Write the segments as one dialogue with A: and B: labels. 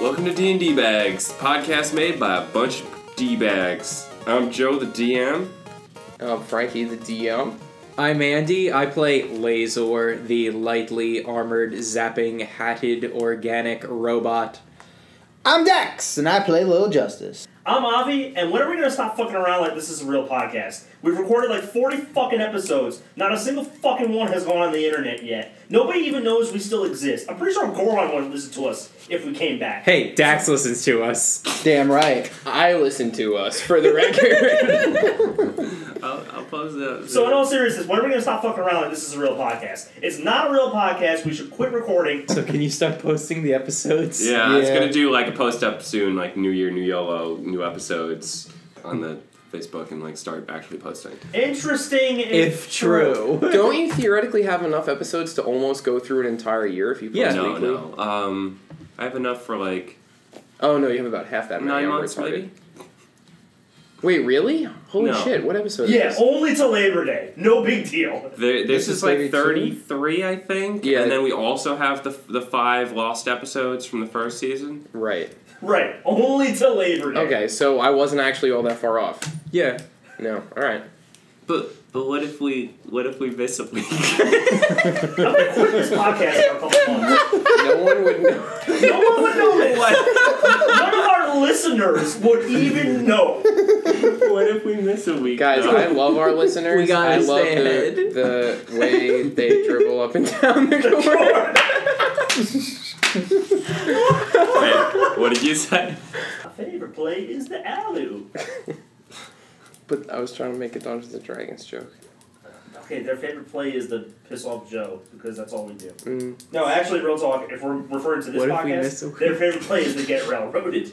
A: Welcome to D and D Bags, podcast made by a bunch of D bags. I'm Joe, the DM.
B: Um, Frankie, the DM.
C: I'm Andy. I play Lazor, the lightly armored, zapping, hatted, organic robot.
D: I'm Dex, and I play Little Justice.
E: I'm Avi, and when are we gonna stop fucking around like this is a real podcast? We've recorded like 40 fucking episodes. Not a single fucking one has gone on the internet yet. Nobody even knows we still exist. I'm pretty sure Goron wouldn't listen to us if we came back.
C: Hey, Dax listens to us.
D: Damn right.
B: I listen to us for the record.
A: I'll, I'll post that.
E: So in all seriousness, when are we gonna stop fucking around like this is a real podcast? It's not a real podcast. We should quit recording.
C: So can you start posting the episodes?
A: yeah, I was
D: Yeah.
A: gonna do like a post up soon, like New Year, New YOLO, new episodes on the Facebook, and like start actually posting.
E: Interesting.
C: If true.
B: Don't you theoretically have enough episodes to almost go through an entire year if you post
C: Yeah.
A: no,
B: weekly?
A: no. Um, I have enough for like
B: Oh no, you have about half that many.
A: nine
B: I'm
A: months,
B: retarded.
A: maybe.
B: Wait, really? Holy
A: No.
B: shit! What episode?
E: yeah,
B: Is this?
E: only till Labor Day. No big deal.
A: There, there's
B: This
A: just
B: is
A: like
B: 32?
A: 33, I think.
B: Yeah.
A: And then we also have the the five lost episodes from the first season.
B: Right.
E: Right. Only till Labor Day.
B: Okay, so I wasn't actually all that far off.
C: Yeah.
B: No. All right.
A: But but what if we what if we miss a week?
E: I'm gonna quit this podcast for a couple months.
B: No one would know.
E: No one would know this.
A: what,
E: None of our listeners would even know.
A: what if we miss a week?
B: Guys,
A: No.
B: I love our listeners.
C: We gotta
B: I love
C: stay ahead.
B: the, the way they dribble up and down the court.
A: Wait, what did you say?
E: My favorite play is the Alu.
B: But I was trying to make a Dungeons and Dragons joke.
E: Okay, their favorite play is the piss off Joe because that's all we do.
B: Mm.
E: No, actually, real talk. If we're referring to this
C: What if we miss a
E: podcast,
C: week?
E: their favorite play is the get railroaded.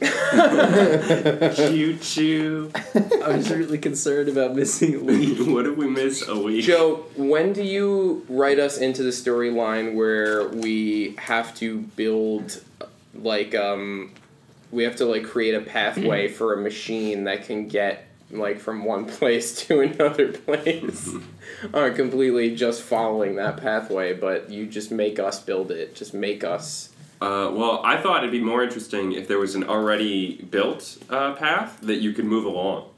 A: Choo choo.
C: I was really concerned about missing a week.
A: What if we miss a week?
B: Joe, when do you write us into the storyline where we have to build, like, um, we have to like create a pathway
A: Mm-hmm.
B: for a machine that can get like from one place to another place?
A: Mm-hmm.
B: Aren't completely just following that pathway, but you just make us build it. Just make us.
A: Uh, well, I thought it'd be more interesting if there was an already built uh, path that you could move along.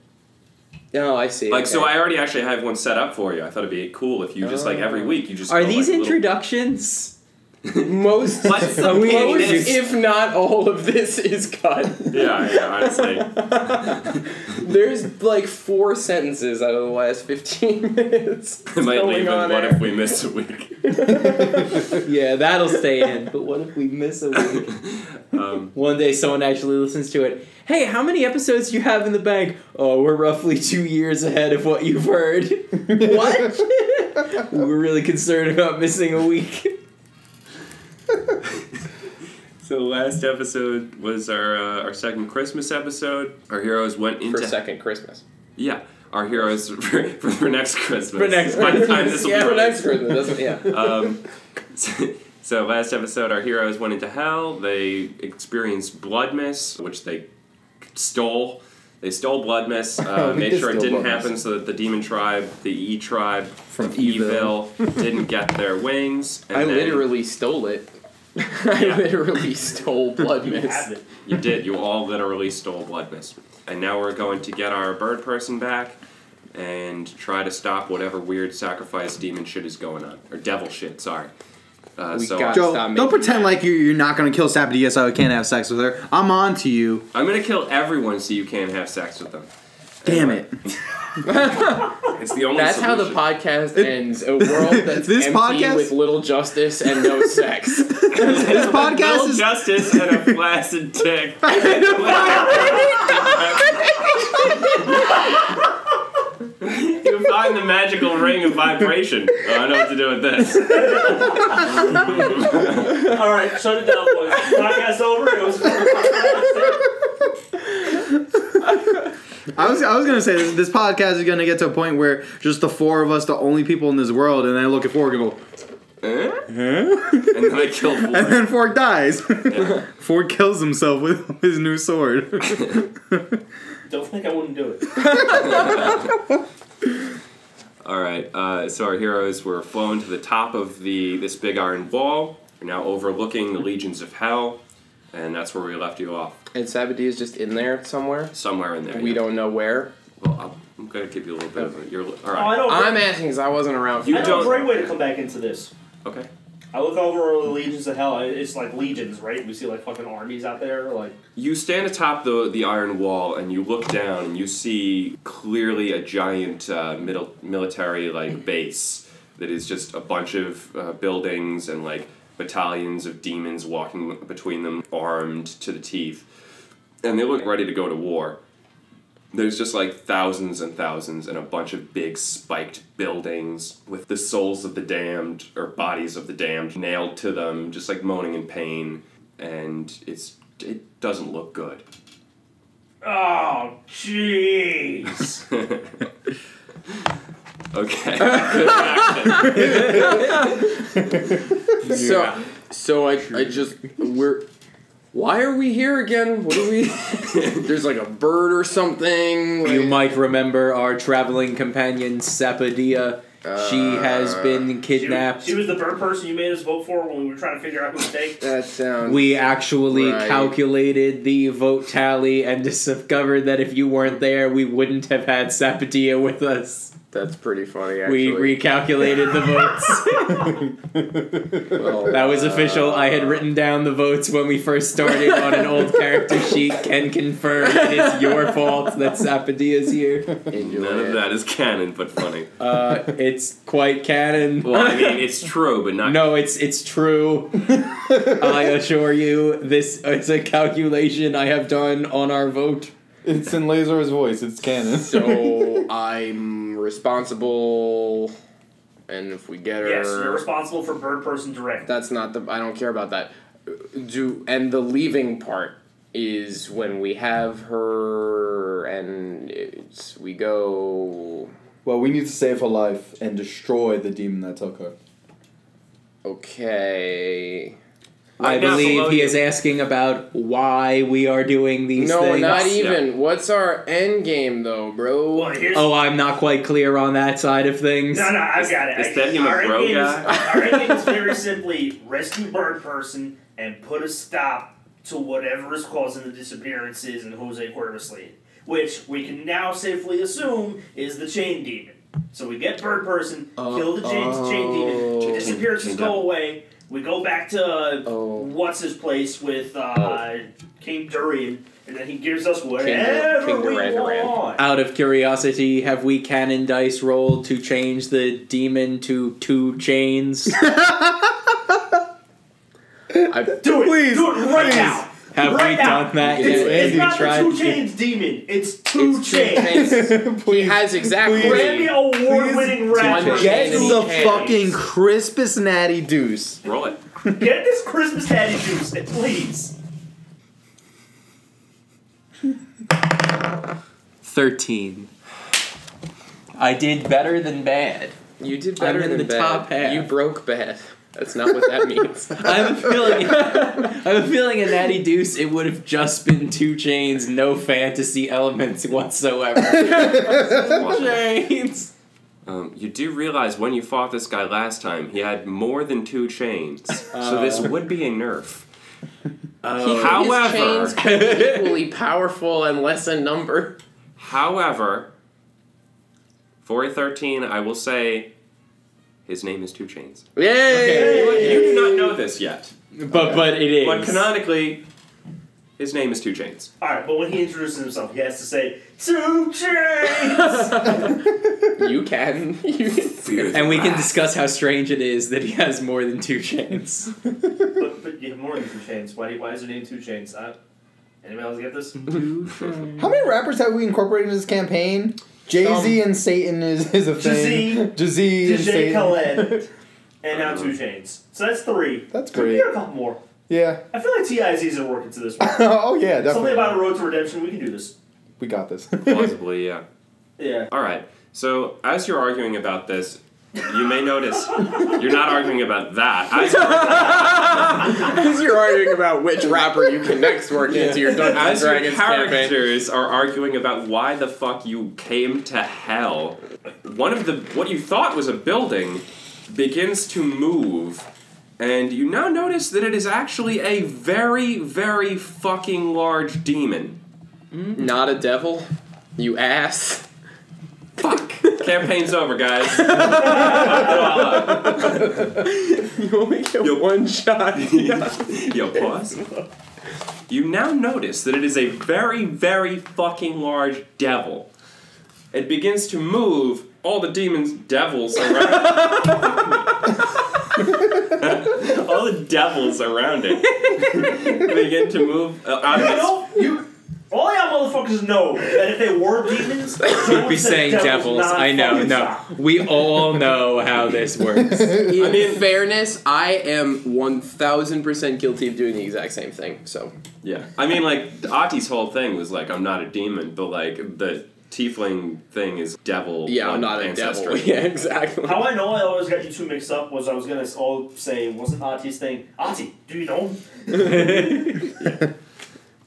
B: No, Oh, I see.
A: Like, so
B: okay.
A: I already actually have one set up for you. I thought it'd be cool if you just like every week you just
C: Are
A: go,
C: these
A: like, little-
C: introductions?
B: most,
A: But
B: most
A: some pages-
B: if not all of this is cut.
A: Yeah, yeah, honestly.
B: There's like four sentences out of the last 15 minutes.
A: It might
B: going
A: leave in
B: on
A: what
B: air.
A: if we miss a week.
C: yeah, that'll stay in. But what if we miss a week?
A: Um,
C: One day someone actually listens to it. Hey, how many episodes do you have in the bank? Oh, we're roughly two years ahead of what you've heard. what? we were really concerned about missing a week.
A: so last episode was our uh, our second Christmas episode. Our heroes went into
B: For second Christmas.
A: yeah. Our heroes for, for, next Christmas.
C: For next
A: By the time
C: Christmas,
A: this will
B: yeah,
A: be
B: for
A: released.
B: next Christmas. That's, yeah.
A: um, so, so last episode, our heroes went into hell. They experienced blood mist, which they stole. They stole blood mist. Uh,
D: We
A: made
D: did
A: sure it
D: steal
A: didn't
D: blood mist.
A: happen, so that the demon tribe, the E tribe
D: From
A: of Evil, didn't get their wings. And
B: I
A: then-
B: literally stole it. I literally stole Blood
E: You have
B: Mist.
E: it.
A: you did. You all literally stole blood mist, and now we're going to get our bird person back. And try to stop whatever weird sacrifice demon shit is going on, or devil shit. Sorry. Uh,
B: We
A: so
B: got-
D: Joe,
B: Stop making
D: don't pretend
B: that.
D: like you're, you're not gonna kill Sabadia so I can't have sex with her. I'm on to you.
A: I'm gonna kill everyone so you can't have sex with them.
D: Damn it.
A: It's the only.
B: That's how the
A: solution.
B: podcast ends. A world that's
D: This
B: empty
D: podcast-
B: with little justice and no sex.
D: this podcast
A: Little
D: is.
A: justice and a flaccid dick. you find the magical ring of vibration. Oh, I know what to do with this.
E: All right, shut it down, boys. Podcast over. It was
D: I was I was gonna say this, this podcast is gonna get to a point where just the four of us, the only people in this world, and I look at Fork and go,
A: Huh? and then I kill
D: and
A: four.
D: then Fork dies.
A: Yeah.
D: Fork kills himself with his new sword.
E: Don't think I wouldn't do it.
A: All right. Uh, so our heroes were flown to the top of the this big iron wall. They're now overlooking the legions of hell. and that's where we left you off.
B: And Sabadee is just in there somewhere.
A: Somewhere in there.
B: We
A: yeah.
B: don't know where.
A: Well, I'm- I'm gonna give you a little bit of a. You're all
E: Oh, I
A: right.
E: know. a great-
B: I'm asking because I wasn't around. for
A: You
E: I
B: that.
E: know a
A: don't-
E: great way to come back into this.
A: Okay.
E: I look over all the legions of hell. It's like legions, right? We see like fucking armies out there. Like
A: You stand atop the the iron wall and you look down and you see clearly a giant uh, middle, military like base that is just a bunch of uh, buildings and like battalions of demons walking between them, armed to the teeth, and they look ready to go to war. There's just like thousands and thousands and a bunch of big spiked buildings with the souls of the damned or bodies of the damned nailed to them, just like moaning in pain, and it's it doesn't look good.
E: Oh, jeez.
A: Okay. Good action.
B: So, so I, I just we're. Why are we here again? What are we? There's like a bird or something.
C: You
B: like-
C: might remember our traveling companion Sapadia. she has been
E: Uh, She was,
C: kidnapped.
E: she was the bird person you made us vote for when we were trying to figure out who to take.
B: that sounds.
C: we actually
B: Right.
C: calculated the vote tally and discovered that if you weren't there, we wouldn't have had Sapadia with us.
B: that's pretty funny. Actually,
C: We recalculated the votes.
B: Well, uh,
C: that was official. I had written down the votes when we first started on an old character sheet. Can confirm it is your fault that Sapadia's here.
B: enjoy
A: None
B: it.
A: of that is canon, but funny.
C: Uh, it's quite canon.
A: Well, I mean, it's true, but not.
C: No, it's it's true. I assure you, this is a calculation I have done on our vote.
F: It's in Lazar's voice. It's canon.
B: So I'm responsible, and if we get her,
E: Yes, you're responsible for bird person direct.
B: that's not the. I don't care about that. Do and the leaving part is when we have her and it's, we go.
F: well, we need to save her life and destroy the demon that took her.
B: Okay.
A: Right
C: I
A: now, below
C: believe he
A: you.
C: is asking about why we are doing these
B: No,
C: things.
B: not even.
A: Yeah.
B: What's our end game though, bro?
E: well, here's
C: Oh, I'm not quite clear on that side of things.
E: No, no, I've got it.
A: is
E: I-
A: that him a
E: our end
A: bro
E: game
A: guy?
E: Is, our end game is very simply rescue bird person and put a stop to whatever is causing the disappearances in Jose Cuervo's lead, which we can now safely assume is the chain demon. So we get bird person, kill the chain, chain demon,
B: oh.
E: disappearances
A: Chain
E: go
A: Devil.
E: away. We go back to uh,
B: Oh.
E: what's his place with uh, King Durian, and then he gives us
B: Dur-
E: whatever
B: King
E: we
B: Duran Duran.
E: want.
C: Out of curiosity, have we cannon dice rolled to change the demon to two chains?
B: I,
E: Do it,
F: Please,
E: do it right
F: please.
E: now.
C: Have
E: right
C: we
E: now.
C: done that?
B: It's-
C: yet?
F: it's
E: It's
F: Andy
E: not the
F: tried
E: two
F: to-
E: chains demon. It's two
B: it's two
E: chains.
B: chains.
F: Please.
B: Has exactly.
E: Grammy award winning rapper.
B: Chainz.
F: Get
B: Chains.
F: the
B: Chains.
F: fucking crispest natty deuce.
A: Roll it.
E: Get this Christmas daddy juice, eh, please.
C: 13. I did better than bad.
B: You did better
C: in
B: than
C: the
B: bad.
C: top half.
B: You broke bad. That's not what that means.
C: I have a feeling. I have a feeling a Natty Deuce. It would have just been two chains, no fantasy elements whatsoever. chains.
A: Um, you do realize when you fought this guy last time, he had more than two chains, so this
C: Uh.
A: would be a nerf.
C: Oh.
B: His chains
A: however,
B: could be equally powerful and less in number.
A: however, for a thirteen, I will say, his name is Two Chains.
B: Yay!
A: You do not know this yet,
C: But but it is.
A: but canonically, his name is Two Chains.
E: Alright, but when he introduces himself, he has to say, Two chains!
B: You can. You can.
C: and we can discuss how strange it is that he has more than two chains.
E: but, but you have more than two chains. Why, do you, why is your name two chains? Uh, anybody else get this?
F: How many rappers have we incorporated in this campaign? Jay Z and Satan is, is a thing. Jay Z and
E: DJ
F: Satan.
E: Khaled. And now two chains. So that's three.
F: That's
E: Could be
F: great.
E: a couple more.
F: Yeah.
E: I feel like TIZs are working to this one.
F: oh yeah, definitely.
E: Something about a road to redemption, we can do this.
F: we got this.
A: Plausibly, yeah.
E: Yeah.
A: All right. So as you're arguing about this, you may notice you're not arguing about that. I,
B: Because you're arguing about which rapper you can next work into your Dungeons and
A: as your
B: Dragons campaign.
A: characters are arguing about why the fuck you came to hell, one of the what you thought was a building begins to move, And you now notice that it is actually a very, very fucking large demon.
B: Not a devil, you ass.
A: Fuck. Campaign's over, guys.
B: You only get
A: Yo.
B: one shot.
A: Yo, pause. You now notice that it is a very, very fucking large devil. It begins to move all the demons, devils around. all the devils around it begin to move uh, out of
E: You
A: its
E: know, you. All y'all motherfuckers know that if they were demons, they
C: We'd be saying devils. I know. No, we all know how this works.
B: In fairness, I am 1000% guilty of doing the exact same thing, so.
A: Yeah, I mean, like Ati's whole thing was like, "I'm not a demon," but like the tiefling thing is devil.
B: Yeah,
A: like,
B: I'm not a
A: ancestry.
B: devil. Yeah, exactly.
E: How I know I always got you two mixed up was I was gonna all say wasn't Ati's thing. Ati, do you know? him?"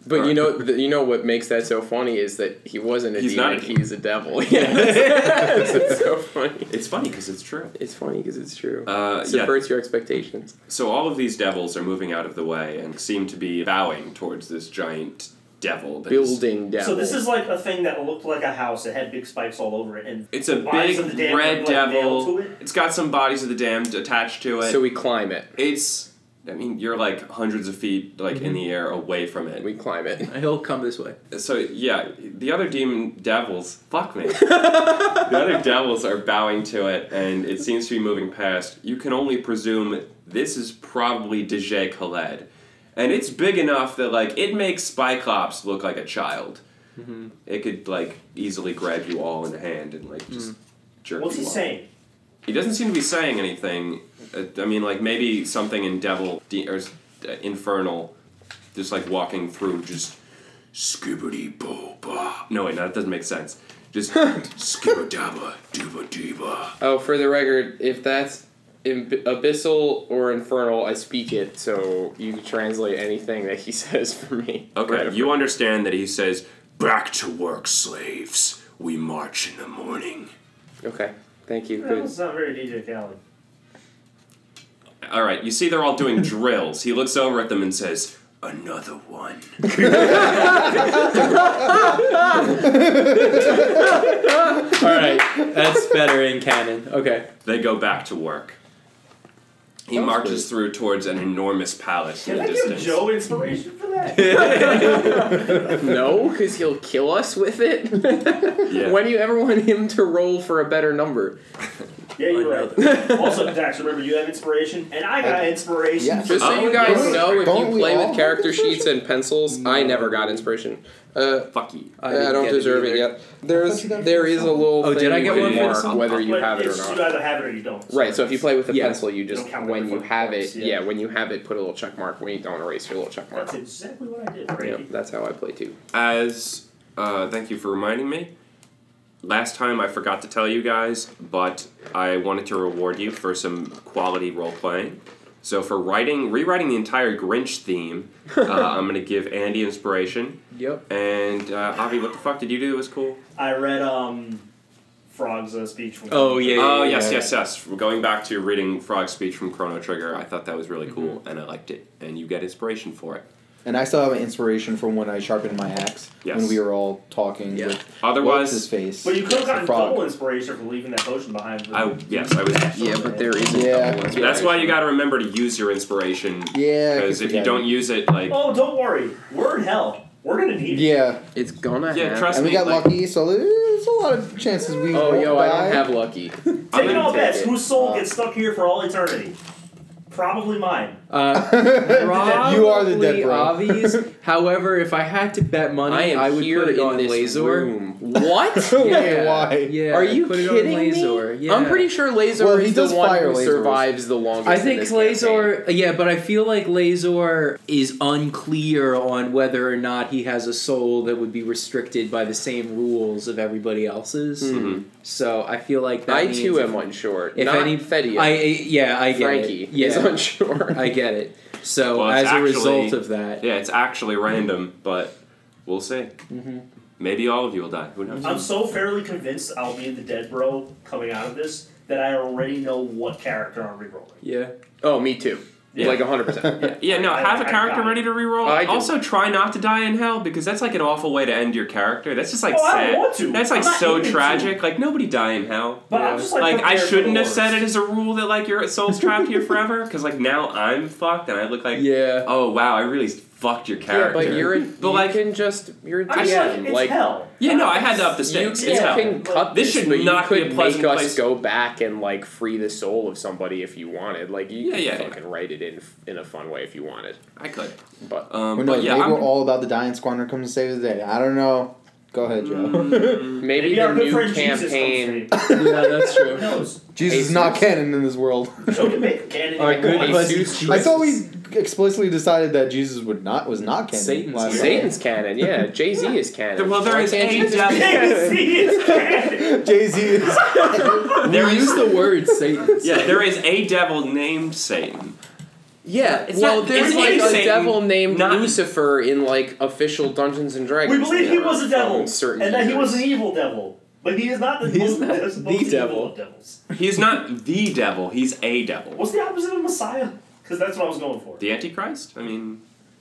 B: But you know, th- you know what makes that so funny is that he wasn't a
A: He's
B: demon.
A: not a
B: he's a devil. Yes. it's so funny.
A: It's funny because it's true.
B: It's funny because it's true.
A: Uh,
B: it
A: yeah.
B: subverts your expectations.
A: So all of these devils are moving out of the way and seem to be bowing towards this giant devil. That is-
B: Building devil.
E: So this is like a thing that looked like a house. It had big spikes all over it, and
A: It's a
E: the bodies of the
A: big
E: damned
A: red
E: were, like, nailed
A: devil.
E: To it.
A: It's got some bodies of the damned attached to it.
B: So we climb it.
A: it's, I mean, you're like hundreds of feet like
B: Mm-hmm.
A: in the air away from it.
B: We climb it.
C: He'll come this way.
A: So yeah, the other demon devils, fuck me. the other devils are bowing to it, and it seems to be moving past. You can only presume this is probably DJ Khaled, and it's big enough that like it makes Spyclops look like a child. It could like easily grab you all in hand and like just jerk.
E: What's
A: you
E: he
A: off.
E: saying?
A: He doesn't seem to be saying anything. Uh, I mean, like maybe something in Devil de- or s- uh, Infernal, just like walking through, just skibbity bo ba. No, wait, no, that doesn't make sense. Just skibbadabba dooba dooba.
B: Oh, for the record, if that's Im- abyssal or infernal, I speak it, so you can translate anything that he says for me.
A: Okay, you understand that he says, "Back to work, slaves. We march in the morning."
B: Okay. Thank you.
E: Well,
B: Good.
E: it's not very DJ Khaled.
A: All right, you see they're all doing drills. He looks over at them and says, "Another one."
C: All right, that's better in canon. Okay.
A: They go back to work. He marches through towards an enormous palace in
E: Can
A: the
E: I give
A: distance.
E: Joe inspiration for that?
B: No, because he'll kill us with it.
A: Yeah.
B: When do you ever want him to roll for a better number?
E: Yeah, you're right. also, Dax, remember you have inspiration, and I got inspiration.
F: Yes.
B: Just so
A: Oh,
B: you guys
A: don't-
B: know, if
F: don't
B: you
F: we
B: play
F: all?
B: with character sheets and pencils, I never got inspiration. Uh,
A: Fuck you.
B: I,
C: didn't
B: don't
C: get it
B: deserve it,
C: either.
B: yet. There's
F: you got it
B: there
F: for
B: is a little
C: Oh,
B: thing
C: did I get
B: you
C: one
B: can
C: for
B: mark
A: something?
B: whether you
E: But
B: have it or
E: it's-
B: not.
E: You either have it or you don't.
B: Right, so if you play with a
C: Yeah.
B: pencil, you just
E: Don't count
B: when
E: it
B: you
E: for
B: have it,
E: points,
B: yeah.
E: yeah.
B: when you have it, put a little check mark. When you don't, erase your little check mark.
E: That's exactly what I did,
B: Yeah,
E: Brady.
B: that's how I play too.
A: As uh, thank you for reminding me. Last time I forgot to tell you guys, but I wanted to reward you for some quality role playing. So for writing, rewriting the entire Grinch theme, uh, I'm gonna give Andy inspiration.
C: Yep.
A: And uh, Avi, what the fuck did you do? It was cool.
E: I read um, Frog's uh, speech. From
C: Oh yeah. yeah,
A: Oh
C: yeah,
A: yes,
C: yeah.
A: yes, yes. We're Going back to reading Frog speech from Chrono Trigger, I thought that was really cool, and I liked it. And you get inspiration for it.
F: And I still have an inspiration from when I sharpened my axe
A: Yes.
F: when we were all talking.
C: Yeah.
F: With,
A: Otherwise-
F: what's his face.
E: But you could have gotten
F: The frog.
E: double inspiration for leaving that potion behind. with-
A: I yes, I was.
B: Yeah, but there is
F: a Yeah. double
A: That's why you got to remember to use your inspiration.
F: Yeah, I
A: Because
F: keep
A: if you
F: forgetting.
A: don't use it, like
E: Oh, don't worry. We're in hell. We're gonna need it.
F: Yeah,
B: It's gonna.
A: Yeah,
B: happen.
A: trust-
F: and we got
A: Like-
F: lucky, so there's a lot of chances we.
B: Oh,
F: won't
B: yo, I
F: die.
B: don't have lucky.
E: Taking all
B: take
E: bets,
B: it.
E: whose soul
F: Uh,
E: gets stuck here for all eternity? Probably mine.
C: Uh,
E: dead-
F: you are the dead
C: probably
F: bro.
C: obvious. However, if I had to bet money,
B: I am
C: would
B: here
C: put it
B: in
C: on
B: this
C: Lazor.
B: room. What?
F: Wait,
C: Yeah.
F: why?
C: Yeah.
B: Are you
C: put
B: kidding
C: it on Lazor.
B: me?
C: Yeah.
B: I'm pretty sure Lazor
F: Well,
B: is
F: he does
B: the one
F: fire
B: who
F: lasers.
B: survives the longest.
C: I
B: in
C: think
B: this
C: Lazor, yeah, but I feel like Lazor is unclear on whether or not he has a soul that would be restricted by the same rules of everybody else's.
B: Mm-hmm.
C: So I feel like that.
B: campaign. Hmm. I
C: means
B: too
C: if-
B: am unsure.
C: if
B: Not
C: any
B: Fetty,
C: I, I- yeah, I get
B: Frankie
C: it. Yeah,
B: is unsure.
C: I get it. So
A: Well,
C: as
A: it's
C: a result
A: actually-
C: of that,
A: yeah, it's actually random, but we'll see. Maybe all of you will die. Who knows?
E: I'm so fairly convinced I'll be the dead bro coming out of this that I already know what character I'm rerolling.
C: yeah,
B: oh, me too.
A: Yeah.
B: Like 100%.
A: Yeah, yeah, no,
E: I-
A: have a
E: I
A: character
E: got it.
A: ready to reroll.
B: I do.
A: also, try not to die in hell because that's like an awful way to end your character. That's just like
E: Oh, I don't
A: sad.
E: want to.
A: That's like
E: I'm not
A: so
E: aiming to.
A: tragic. Like nobody die in hell.
E: But
B: Yeah.
E: I'm just like,
A: Like I
E: prepared for
A: shouldn't
E: the
A: have said it as
E: worst.
A: a rule that like your soul's trapped here forever because like now I'm fucked and I look like
C: Yeah.
A: oh wow I really fucked your
B: yeah,
A: character.
B: but you're a,
A: But,
B: you
A: like-
B: can just you're a
E: I'm just like,
B: DM.
E: it's
B: like
E: hell.
A: yeah no I had to up the
B: you,
A: stakes.
B: you
A: it's hell.
E: yeah.
B: can cut
A: This
B: this,
A: should
B: but you
A: not be
B: could
A: a pleasant
B: make us
A: place-
B: go back and like free the soul of somebody if you wanted. Like you
A: Yeah,
B: could
A: yeah, yeah.
B: fucking write it in in a fun way if you wanted.
A: I could.
B: But
A: Um,
F: Who knows?
A: but yeah,
F: maybe
A: I'm,
F: oh, we're all about the dying squadron comes to save the day. I don't know. Go ahead, Joe.
A: Mm.
B: maybe,
E: Maybe
B: the
E: our good
B: new
E: friend
B: campaign.
E: Jesus comes to me.
C: yeah, that's
E: Who
C: true.
E: knows?
F: Jesus is
B: Jesus.
F: not canon in this world.
E: So can make canon.
C: Our good
E: Why?
C: friend
B: Jesus.
C: Jesus.
F: I thought we explicitly decided that Jesus would not was not canon.
C: Satan's
F: last
C: canon.
F: night.
B: Satan's canon, yeah. Jay Z is canon.
A: Well, there
B: Why
A: is
B: can't
A: a
B: you just be
A: devil.
B: canon?
E: Jay-Z is canon.
F: Jay Z is
A: there is
C: use the word Satan.
A: yeah there is a devil named Satan.
B: Yeah,
A: It's
B: well,
A: not-
B: there's
A: it's
B: like a
A: not Satan,
B: devil named
A: not-
B: Lucifer in like official Dungeons and Dragons.
E: We believe he
B: lore
E: was a devil,
B: from certain
E: and that he was an
B: users.
E: evil devil. But he is not the,
C: He's
E: most,
C: not
E: most
C: the
E: evil
C: devil.
E: of devils.
A: He's not the devil. He's a devil.
E: What's the opposite of Messiah? Because that's what I was going for.
A: The Antichrist. I mean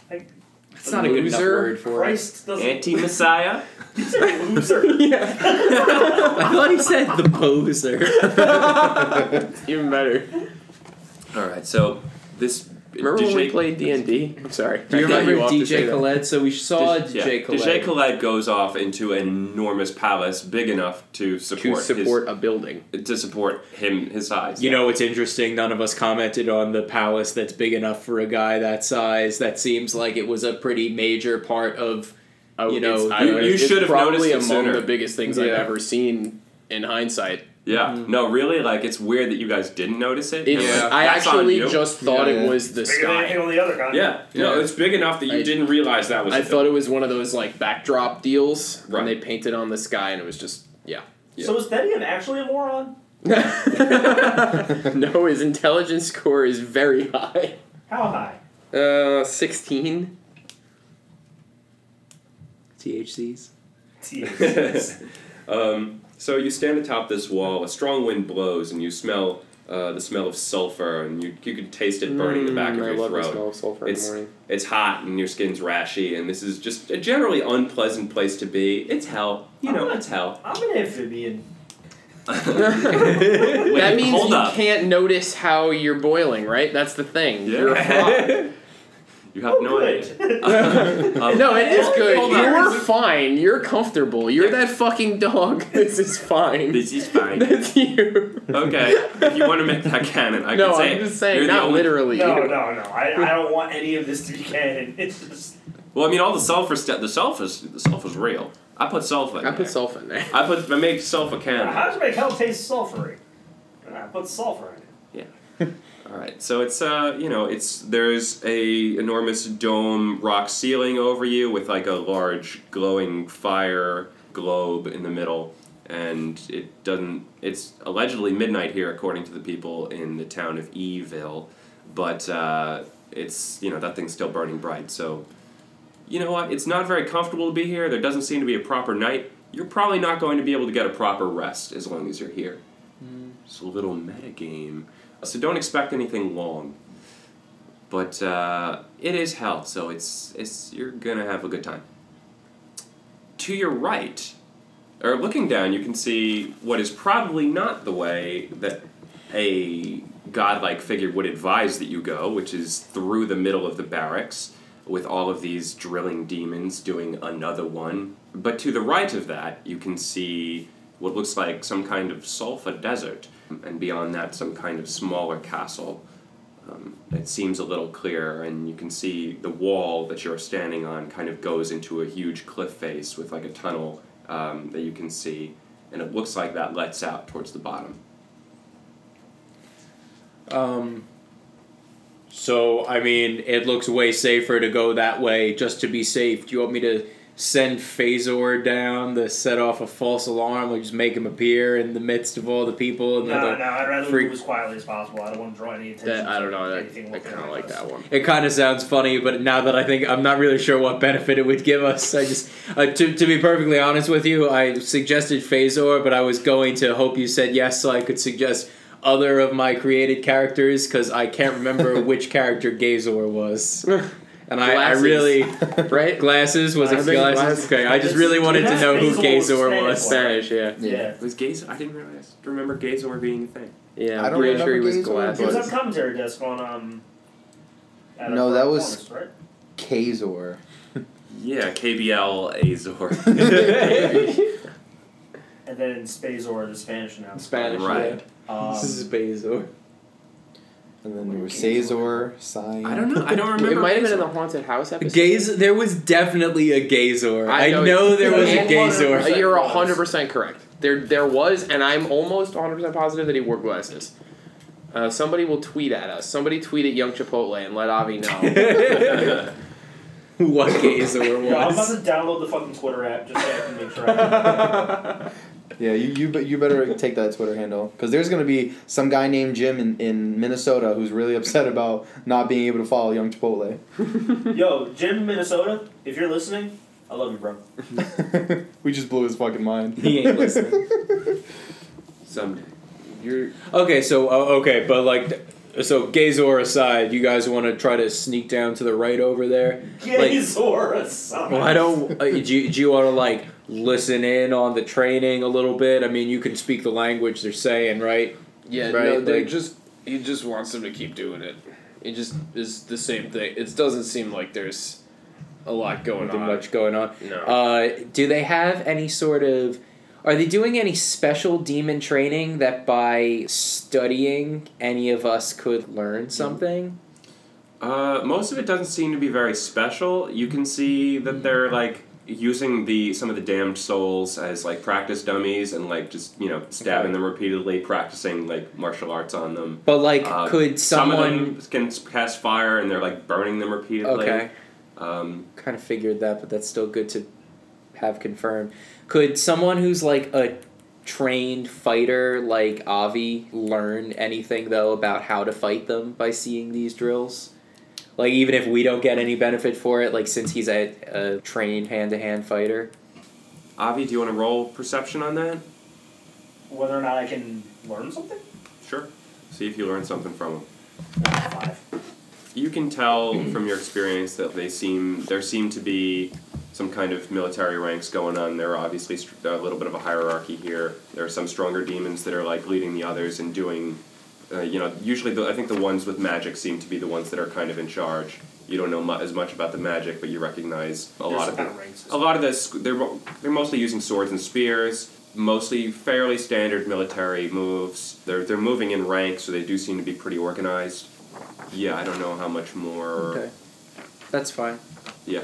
E: Like,
C: That's not a good enough
B: Loser.
C: word for it.
E: Christ doesn't.
A: anti Messiah.
E: He's a loser.
C: Yeah. I thought he said the poser.
B: Even better.
A: All right, so this.
B: Remember when we
A: DJ
B: played D and D? I'm sorry.
C: Do you
B: I cut
C: remember
B: off to say
C: DJ
B: that.
C: Khaled? So we saw
A: yeah,
C: DJ Khaled.
A: DJ Khaled goes off into an enormous palace big enough to
B: To
A: support
B: support a building.
A: his, to support him his size.
C: You know, it's interesting. None of us commented on the palace that's big enough for a guy that size. That seems like it was a pretty major part of.
B: Oh,
C: You know,
B: it's- I
A: you-
B: don't know,
A: you
B: it's
A: should have
B: probably
A: noticed it
B: among
A: sooner.
B: the biggest things I've
C: Yeah.
B: ever seen in hindsight.
A: yeah, no, really, like it's weird that you guys didn't notice it.
B: mm. It's,
A: You're like,
B: I
A: "That's on
B: actually
A: you."
B: just thought
F: Yeah.
B: it was the
E: Bigger than anything
B: sky.
E: on the other guy.
A: yeah, no,
B: Yeah.
A: it's big enough that you
B: I-
A: didn't realize that was.
B: I
A: a
B: thought it was one of those like backdrop deals,
A: Right.
B: and they painted on the sky, and it was just yeah.
E: So is Thedium actually a moron?
B: no, his intelligence score is very high.
E: How high?
B: Uh, sixteen.
C: THCs.
E: THCs.
A: Um, so you stand atop this wall. A strong wind blows, and you smell uh, the smell of sulfur, and you you can taste it burning the back of
B: Mm, I
A: your
B: love the
A: throat.
B: smell of sulfur in the
A: It's-
B: morning.
A: It's hot and your skin's rashy, and this is just a generally unpleasant place to be. It's hell, you know, it's hell.
E: I'm an amphibian.
A: Wait,
B: that means
A: hold
B: you
A: up.
B: can't notice how you're boiling, right? That's the thing. You're fine.
A: Yeah. you have
E: Oh,
A: no idea.
E: good.
B: Uh,
A: Um,
B: No, it is good.
A: Hold on.
B: You're fine. You're comfortable. You're that fucking dog. This is fine.
A: This is fine.
B: That's you.
A: Okay, if you want to make that canon, I
B: no,
A: can say
B: I'm
A: it.
B: just saying,
A: You're the
B: not
A: only-
B: literally.
E: no,
B: you.
E: no, no. I, I don't want any of this to be canon. It's just.
A: Well, I mean, all the sulfur stuff. The sulfur's the sulfur's real. I put sulfur. In
B: I put
A: there.
B: sulfur in there.
A: I put. I make sulfur
E: Now, How
A: canon.
E: does my hell taste sulfury? I put sulfur in it.
A: All right, so it's uh, you know, it's there's a enormous dome rock ceiling over you with like a large glowing fire globe in the middle, and it doesn't. It's allegedly midnight here, according to the people in the town of Evil, but uh, it's you know that thing's still burning bright. So, you know what? It's not very comfortable to be here. There doesn't seem to be a proper night. You're probably not going to be able to get a proper rest as long as you're here. It's a little metagame. So don't expect anything long. But uh, it is hell, so it's it's you're gonna have a good time. To your right, or looking down, you can see what is probably not the way that a godlike figure would advise that you go, which is through the middle of the barracks with all of these drilling demons doing another one. But to the right of that, you can see what looks like some kind of sulfur desert, and beyond that, some kind of smaller castle. Um, it seems a little clearer, and you can see the wall that you're standing on kind of goes into a huge cliff face with like a tunnel um, that you can see, and it looks like that lets out towards the bottom.
C: Um. So I mean, it looks way safer to go that way just to be safe. Do you want me to send Phasor down to set off a false alarm, or just make him appear in the midst of all the people? And
E: No,
C: then
E: no,
C: they'll-
E: I'd rather
C: freak-
E: move as quietly as possible. I don't want to draw any attention.
B: That, I don't know.
E: to
B: I,
E: anything
B: I
E: looking
B: kind of
E: at
B: like
E: us.
B: that one.
C: It kind of sounds funny, but now that I think, I'm not really sure what benefit it would give us. I just, uh, to, to be perfectly honest with you, I suggested Phasor, but I was going to hope you said yes so I could suggest other of my created characters because I can't remember which character Gazor was. And I, I
B: Glasses.
C: really
B: right?
C: glasses was
B: I
C: it
B: think
C: glasses?
B: glasses.
C: Okay, I just really wanted to know who Gazor was.
B: Spanish, yeah.
E: Yeah.
A: Was Gaze? I didn't realize. Remember Gazor being a thing.
B: Yeah,
F: I
B: I'm
F: don't
B: pretty sure he
F: remember
B: was
F: Gazor,
E: He was
B: glasses.
F: but-
E: on commentary desk on um. at a
F: No, that
E: Friday
F: was-
E: Corners, right?
F: Kazor.
A: Yeah, KBL Azor.
E: And then Spazor, the Spanish now.
C: Spanish,
A: Right.
E: Um,
C: This is Bezor.
F: And then there was Sazor, Sign.
A: I don't know. I don't remember.
B: It might have been in
A: Gazor.
B: the haunted house episode.
C: Gaze. There was definitely a Gazor.
B: I
C: I
B: know-
C: know, there was a
B: And
C: Gazor.
E: one-
B: Uh, You're hundred percent correct. There, there was, and I'm almost hundred percent positive that he wore glasses. Uh, somebody will tweet at us. Somebody tweet at Young Chipotle and let Avi know.
C: what Gazor
E: Yeah, I'm about
C: was?
E: to download the fucking Twitter app just so I can make sure. I
F: Yeah, you you, be- you better take that Twitter handle because there's gonna be some guy named Jim in, in Minnesota who's really upset about not being able to follow Young Chipotle.
E: Yo, Jim, Minnesota, if you're listening, I love you, bro.
F: we just blew his fucking mind.
C: He ain't listening.
A: Someday. You're
C: Okay, so uh, okay, but like, th- so Gazor aside, you guys want to try to sneak down to the right over there?
E: Gazor aside.
C: Well, I don't. Uh, do you, do you want to like listen in on the training a little bit? I mean, you can speak the language they're saying, right?
B: yeah,
C: Right,
G: they
C: like-
G: just he just wants them to keep doing it. It just is the same thing. It doesn't seem like there's a lot going
C: Nothing
G: on.
C: much going on.
G: No.
C: Uh, do they have any sort of? Are they doing any special demon training that by studying any of us could
A: Mm-hmm.
C: learn something?
A: Uh, most of it doesn't seem to be very special. You can see that they're like using the some of the damned souls as like practice dummies and like just you know stabbing them repeatedly, practicing like martial arts on them.
C: But like,
A: Uh,
C: could someone?
A: Some of them can s- cast fire and they're like burning them repeatedly.
C: okay,
A: Um,
C: kind of figured that, but that's still good to have confirmed. Could someone who's like a trained fighter like Avi learn anything though about how to fight them by seeing these drills? Like even if we don't get any benefit for it, like since he's a, a trained hand to hand fighter.
A: Avi, do you want to roll perception on that?
E: Whether or not I can learn something?
A: Sure. See if you learn something from them.
E: Five.
A: You can tell from your experience that they seem there seem to be some kind of military ranks going on. There are obviously st- a little bit of a hierarchy here. There are some stronger demons that are like leading the others and doing, uh, you know, usually the, I think the ones with magic seem to be the ones that are kind of in charge. You don't know mu- as much about the magic, but you recognize a lot
E: There's
A: of
E: kind
A: the,
E: of ranks.
A: a lot of this they're mo- they're mostly using swords and spears, mostly fairly standard military moves. They're they're moving in ranks, so they do seem to be pretty organized. Yeah, I don't know how much more.
C: That's fine.
A: Yeah.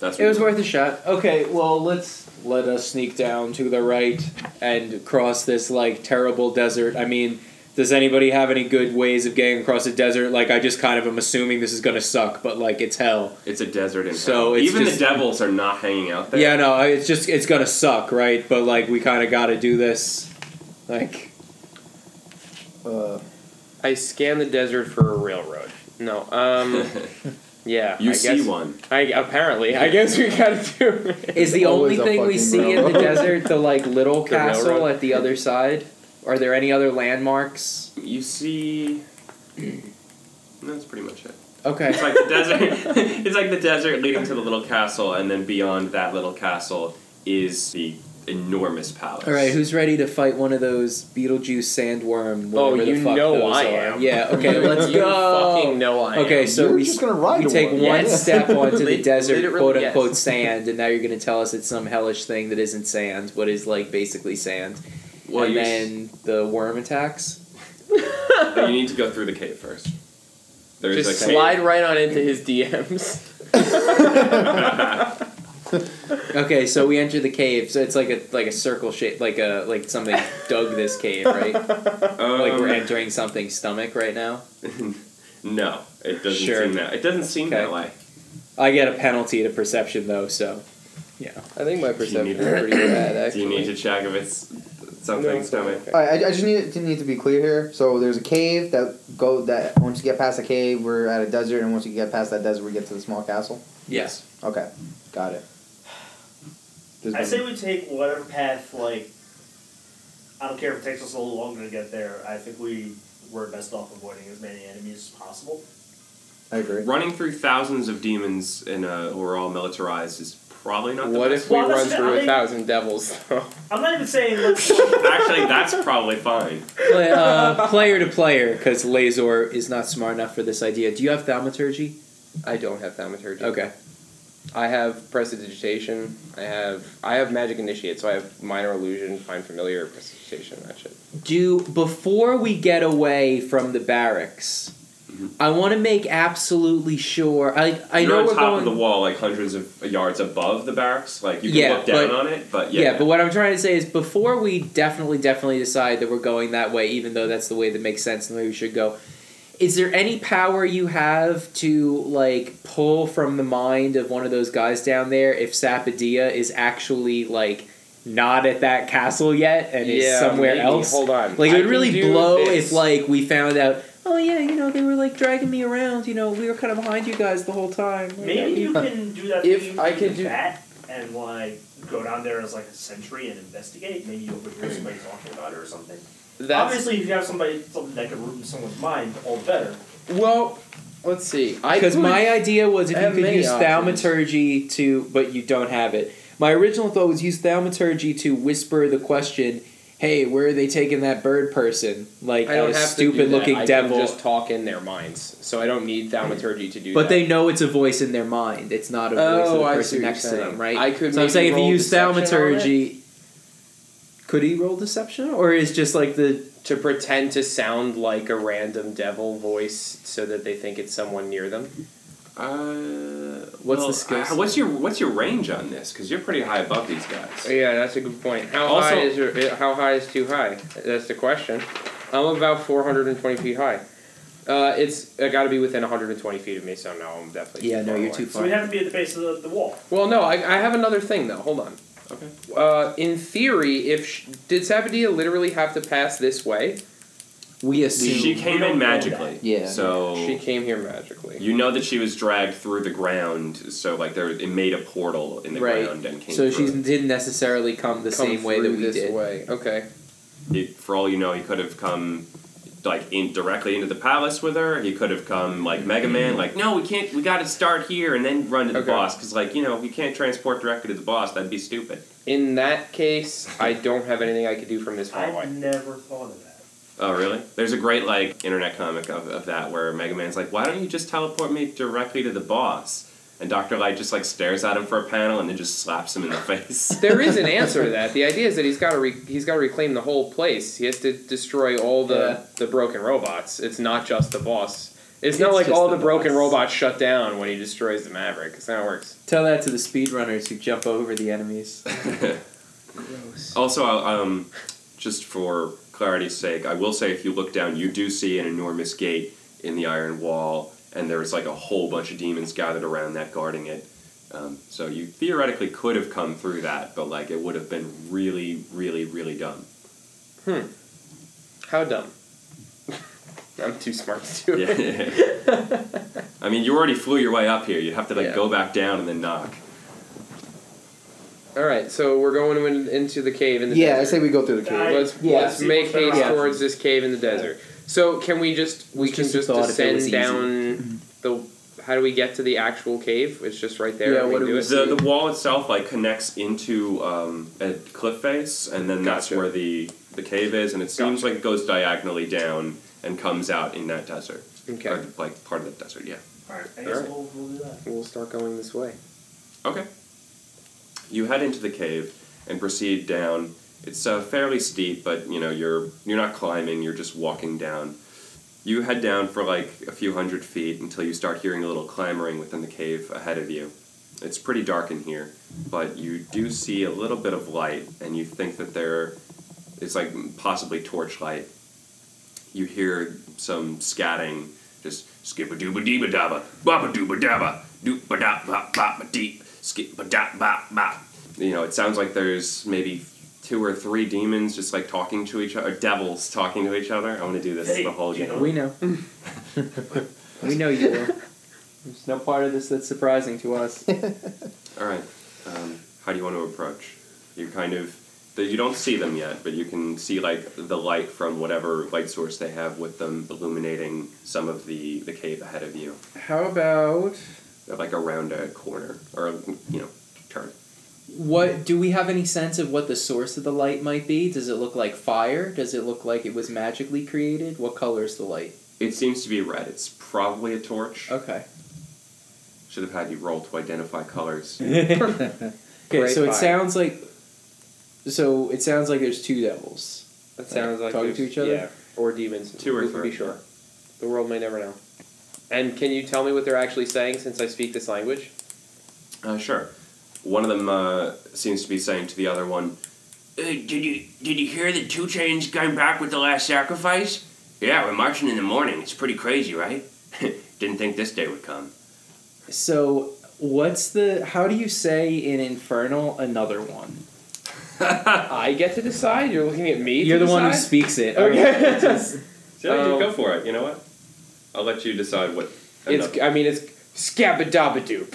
A: That's
C: It was
A: what-
C: worth a shot. Okay, well let's let us sneak down to the right and cross this like terrible desert. I mean, does anybody have any good ways of getting across a desert? Like I just kind of am assuming this is gonna suck, but like it's hell.
A: It's a desert in
C: So
A: hell.
C: it's
A: even
C: just-
A: the devils are not hanging out there.
C: Yeah, no, I- it's just it's gonna suck, right? But like we kind of gotta do this. Like
F: Uh,
B: I scan the desert for a railroad. No, um, yeah.
A: you
B: I
A: see
B: guess,
A: one.
B: I apparently, I guess we gotta do. It.
C: is the
F: Always
C: only
F: a
C: thing we
F: fucking
C: see in
F: railroad.
C: the desert the like little
B: The
C: castle
B: railroad.
C: at the other side? Are there any other landmarks?
A: You see. That's pretty much it.
C: Okay.
A: It's like the desert. it's like the desert leading to the little castle, and then beyond that little castle is the enormous palace.
C: All right, who's ready to fight one of those Beetlejuice sandworm?
B: Oh,
C: whatever the
B: you
C: fuck
B: know
C: those
B: I
C: are.
B: am.
C: Yeah. Okay, let's
B: you
C: go.
B: fucking know I
C: okay,
B: am.
C: so
F: You're
C: we
F: just gonna ride
C: we
F: to
C: take
F: one.
C: one
B: Yes.
C: step onto the
B: Lit-
C: desert,
B: literally,
C: quote
B: yes.
C: unquote sand, and now you're gonna tell us it's some hellish thing that isn't sand, what is like basically sand,
A: Well,
C: and
A: you,
C: then the worm attacks.
A: you need to go through the cave first. There's
B: Just
A: a cave.
B: slide right on into his DMs.
C: Okay, so we enter the cave. So it's like a like a circle shape, like a like something dug this cave, right?
A: Um,
C: Like we're entering something's stomach right now.
A: no, it doesn't
C: Sure.
A: seem that. It doesn't seem
C: Okay.
A: that way.
C: I get a penalty to perception though, so yeah.
B: I think my perception
A: need-
B: is pretty bad.
A: Do
B: Actually,
A: you need to check if it's something
B: No.
A: stomach?
F: all right, I, I just need to, need to be clear here. So there's a cave that go that once you get past the cave, we're at a desert, and once you get past that desert, we get to the small castle.
C: Yes.
F: Okay, got it. There's
E: I
F: been-
E: say we take whatever path, like, I don't care if it takes us a little longer to get there. I think we were best off avoiding as many enemies as possible.
F: I agree.
A: Running through thousands of demons in a, who are all militarized is probably not the
B: What
A: best.
B: if we
E: Well,
B: run
E: that's- I
B: through a
E: mean-
B: thousand devils? though?
E: I'm not even saying let's.
A: Actually, that's probably fine.
C: Play, uh, player to player, because Lazor is not smart enough for this idea. Do you have thaumaturgy?
B: I don't have thaumaturgy.
C: Okay.
B: I have prestidigitation. I have I have magic initiate, so I have minor illusion, find familiar, prestidigitation. That shit.
C: Do before we get away from the barracks, I want to make absolutely sure. I I
A: Mm-hmm. You're
C: know
A: on
C: we're
A: top
C: going.
A: of the wall, like hundreds of yards above the barracks. Like you can
C: Yeah,
A: look down
C: but-
A: on it, but yeah,
C: yeah, but what I'm trying to say is before we definitely, definitely decide that we're going that way, even though that's the way that makes sense and the way we should go, is there any power you have to, like, pull from the mind of one of those guys down there if Sapadia is actually, like, not at that castle yet and is somewhere
B: maybe.
C: else?
B: Hold on.
C: Like,
B: I
C: it would
B: can
C: really
B: do
C: blow
B: this.
C: if, like, we found out, oh, yeah, you know, they were, like, dragging me around, you know, we were kind of behind you guys the whole time.
E: Maybe you can do that.
B: If
E: thing
B: I
E: with
B: could do-
E: that and like go down there as like a sentry and investigate. Maybe you'll hear somebody talking about it or something.
B: That's
E: Obviously, if you have somebody something that could root in someone's mind, all the better.
B: well. Let's see. I
C: Because
B: could-
C: my idea was if
B: have
C: you could
B: many
C: use
B: options.
C: thaumaturgy to, but you don't have it. My original thought was use thaumaturgy to whisper the question, "Hey, where are they taking that bird person?" Like
B: I don't have
C: a
B: to do
C: stupid
B: that.
C: looking
B: I
C: devil.
B: Can just talk in their minds, so I don't need thaumaturgy to do.
C: but
B: that.
C: they know it's a voice in their mind. It's not a voice
B: Oh,
C: of
B: I
C: the
B: see
C: person
B: what you're
C: next to
B: saying.
C: them, right?
B: I could
C: So I'm
B: maybe
C: saying if you
B: roll
C: use
B: deception on it?
C: thaumaturgy, could he roll deception, or is just like the
B: to pretend to sound like a random devil voice, so that they think it's someone near them.
A: Uh, what's
C: the skill set?
A: what's your what's your range on this? Because you're pretty high above these guys.
B: Yeah, that's a good point. How
A: Also-
B: high is your, how high is too high? That's the question. I'm about 420 feet high. Uh, it's I got to be within 120 feet of me, so no, I'm definitely.
C: yeah? No,
B: far
C: you're
B: away.
C: too
E: So
C: far.
E: we have to be at the base of the, the wall.
B: Well, no, I, I have another thing though. Hold on.
A: Okay.
B: Uh, in theory, if sh- did Sabadia literally have to pass this way?
C: we assume
A: She
E: We
A: came
E: don't
A: in
E: know
A: magically.
E: that.
F: Yeah.
A: So
B: She came here magically.
A: you know that she was dragged through the ground. So like there, it made a portal in the
C: Right.
A: ground and came.
C: so
A: through.
C: she didn't necessarily come the
B: Come
C: same way that
B: through
C: we
B: this
C: did.
B: way. Okay.
A: He, for all you know, he could have come like in directly into the palace with her. He could have come like Mega Man, like no, we can't. We got to start here and then run to the
B: Okay.
A: boss because like you know we can't transport directly to the boss. That'd be stupid.
B: In that case, I don't have anything I could do from this far
E: I
B: away.
E: never thought of that.
A: Oh really? There's a great like internet comic of, of that where Mega Man's like, why don't you just teleport me directly to the boss? And Doctor Light just like stares at him for a panel and then just slaps him in the face.
B: There is an answer to that. The idea is that he's got to re- he's got to reclaim the whole place. He has to destroy all the
C: Yeah.
B: the broken robots. It's not just the boss. It's, not
C: It's
B: like
C: just
B: all
C: the
B: the, broken
C: boss.
B: robots shut down when he destroys the Maverick. It's not how it works.
C: Tell that to the speedrunners who jump over the enemies. Gross.
A: also, I'll, um, just for clarity's sake, I will say if you look down, you do see an enormous gate in the iron wall, and there's like a whole bunch of demons gathered around that guarding it. Um, so you theoretically could have come through that, but like it would have been really, really, really dumb.
B: How dumb. I'm too smart to do it.
A: Yeah. I mean, you already flew your way up here. You'd have to like
B: Yeah.
A: go back down and then knock.
B: All right, so we're going in, into the cave in the
F: Yeah, I
B: desert.
F: say we go through the
E: I-
F: cave.
B: let's
E: Yeah,
B: let's
E: see
B: make
E: what's better
B: haste
E: option.
B: towards this cave in the desert. So can we just we
C: It's
B: can
C: just a
B: just
C: thought if it was
B: descend
C: easy.
B: down the how do we get to the actual cave? It's just right there.
C: Yeah,
B: and we
C: what do
B: do
C: we
B: it?
A: The, the wall itself like connects into um, a cliff face, and then that's
B: Gotcha.
A: where the the cave is, and it seems
B: Gotcha.
A: like it goes diagonally down and comes out in that desert,
B: Okay,
A: or, like part of the desert. Yeah.
E: All right, I guess
B: All right.
E: We'll, we'll do that.
B: we'll start going this way.
A: Okay. You head into the cave and proceed down. It's uh, fairly steep, but you know you're you're not climbing. You're just walking down. You head down for like a few hundred feet until you start hearing a little clamoring within the cave ahead of you. It's pretty dark in here, but you do see a little bit of light, and you think that there is like possibly torchlight. You hear some scatting, just skip a dooba deeba daba, baba dooba daba, dooba da ba ba ba dee, skip a da ba ba. You know, it sounds like there's maybe two or three demons just like talking to each other, devils talking to each other. I'm gonna do this
E: Hey,
A: the whole
E: do you
A: game.
E: know-
C: We know. we know you will. There's no part of this that's surprising to us.
A: All right. Um, how do you want to approach? You're kind of They- You don't see them yet, but you can see like the light from whatever light source they have with them illuminating some of the the cave ahead of you,
C: How about
A: like around a corner or you know turn.
C: what? Do we have any sense of what the source of the light might be? Does it look like fire? Does it look like it was magically created? What color is the light?
A: It seems to be red. It's probably a torch.
C: Okay.
A: Should have had you roll to identify colors.
C: okay,
B: Great
C: so it
B: fire.
C: sounds like. So it sounds like there's two devils.
B: That sounds like
C: Talking to
B: there's-
C: each other?
B: Yeah, or demons.
A: Two or
B: Who can
A: three,
B: be sure. The world may never know. And can you tell me what they're actually saying since I speak this language?
A: Uh, sure. One of them uh, seems to be saying to the other one, uh, "Did you did you hear that Two Chains came back with the last sacrifice? Yeah, we're marching in the morning. It's pretty crazy, right? Didn't think this day would come.
C: So what's the? How do you say in infernal another one?
B: I get to decide. You're looking at me.
C: You're
B: to
C: the one who
B: decide?
C: speaks it.
B: Okay.
A: So yeah,
B: Um,
A: go for it. You know what? I'll let you decide what.
B: It's. I mean, it's scabadabadoop.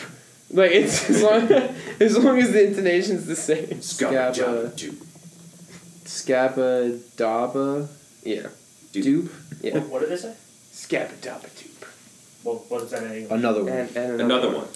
B: Like it's as long as long as the intonation's the same.
C: Scabba. Scabadaba.
B: Yeah.
C: Dupe.
B: Yeah.
E: What, what did they say?
B: Scabadabadoop.
E: Well, what does that mean?
F: Another one.
B: And, and
A: another one.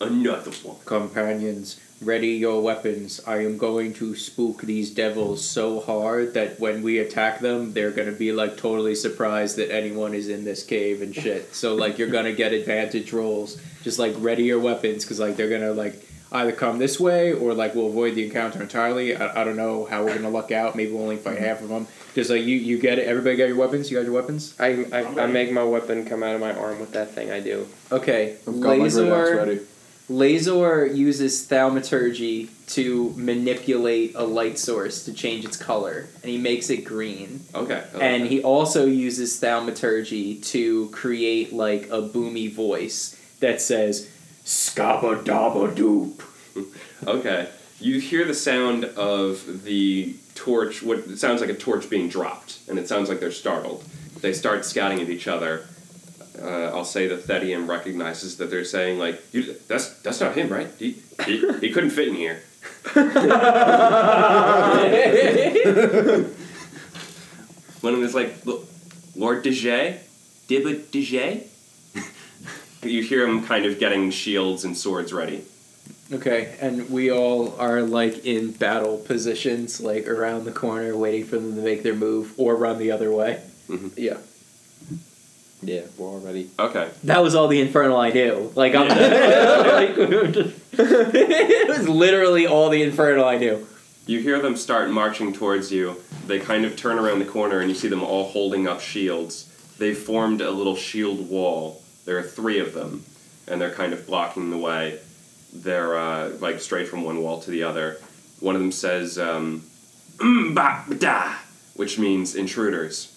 A: Another one.
C: Companions, ready your weapons. I am going to spook these devils so hard that when we attack them, they're going to be like totally surprised that anyone is in this cave and shit. So, like, you're going to get advantage rolls. Just like, ready your weapons because, like, they're going to, like, either come this way or, like, we'll avoid the encounter entirely. I, I don't know how we're going to luck out. Maybe we'll only fight half of them. Just like, you, you get it. Everybody got your weapons? You got your weapons?
B: I, I, I make my weapon come out of my arm with that thing I do.
C: Okay.
F: I've got my great axe ready.
C: Lazor uses thaumaturgy to manipulate a light source to change its color, and he makes it green.
A: Okay. I like
C: And
A: that.
C: he also uses thaumaturgy to create like a boomy voice that says "Scabba Dabba Doop."
A: Okay. You hear the sound of the torch, what it sounds like a torch being dropped, and it sounds like they're startled. They start scouting at each other. Uh, I'll say that Thedium recognizes that they're saying, like, you, that's, that's not him, right? He, he, he couldn't fit in here. One of them is like, "L- Lord Dejay? Dibba Dejay? you hear him kind of getting shields and swords ready.
C: Okay, and we all are like in battle positions, like around the corner, waiting for them to make their move or run the other way.
B: Yeah.
C: Yeah, we're all ready.
A: Okay.
C: That was all the infernal I knew. Like I'm like, it was literally all the infernal I knew.
A: You hear them start marching towards you. They kind of turn around the corner and you see them all holding up shields. They formed a little shield wall. There are three of them, and they're kind of blocking the way. They're uh, like straight from one wall to the other. One of them says, um, "Mba-da," which means intruders.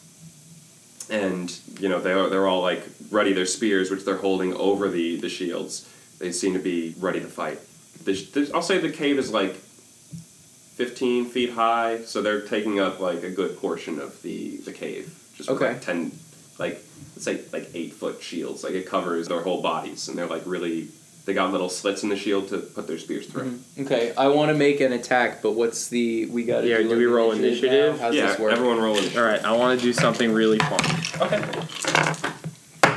A: And, you know, they are, they're all like ready their spears, which they're holding over the, the shields. They seem to be ready to fight. There's, there's, I'll say the cave is like 15 feet high, so they're taking up like a good portion of the, the cave. Just with,
C: Okay.
A: like 10, like, let's say like 8 foot shields. Like it covers their whole bodies, and they're like really, they got little slits in the shield to put their spears through.
B: Mm-hmm.
C: Okay, I want to make an attack, but what's the we got?
B: Yeah,
C: do,
B: do we roll initiative?
C: now? How's
A: yeah,
C: this work?
A: everyone rolling.
B: All right. I want to do something really fun.
A: Okay.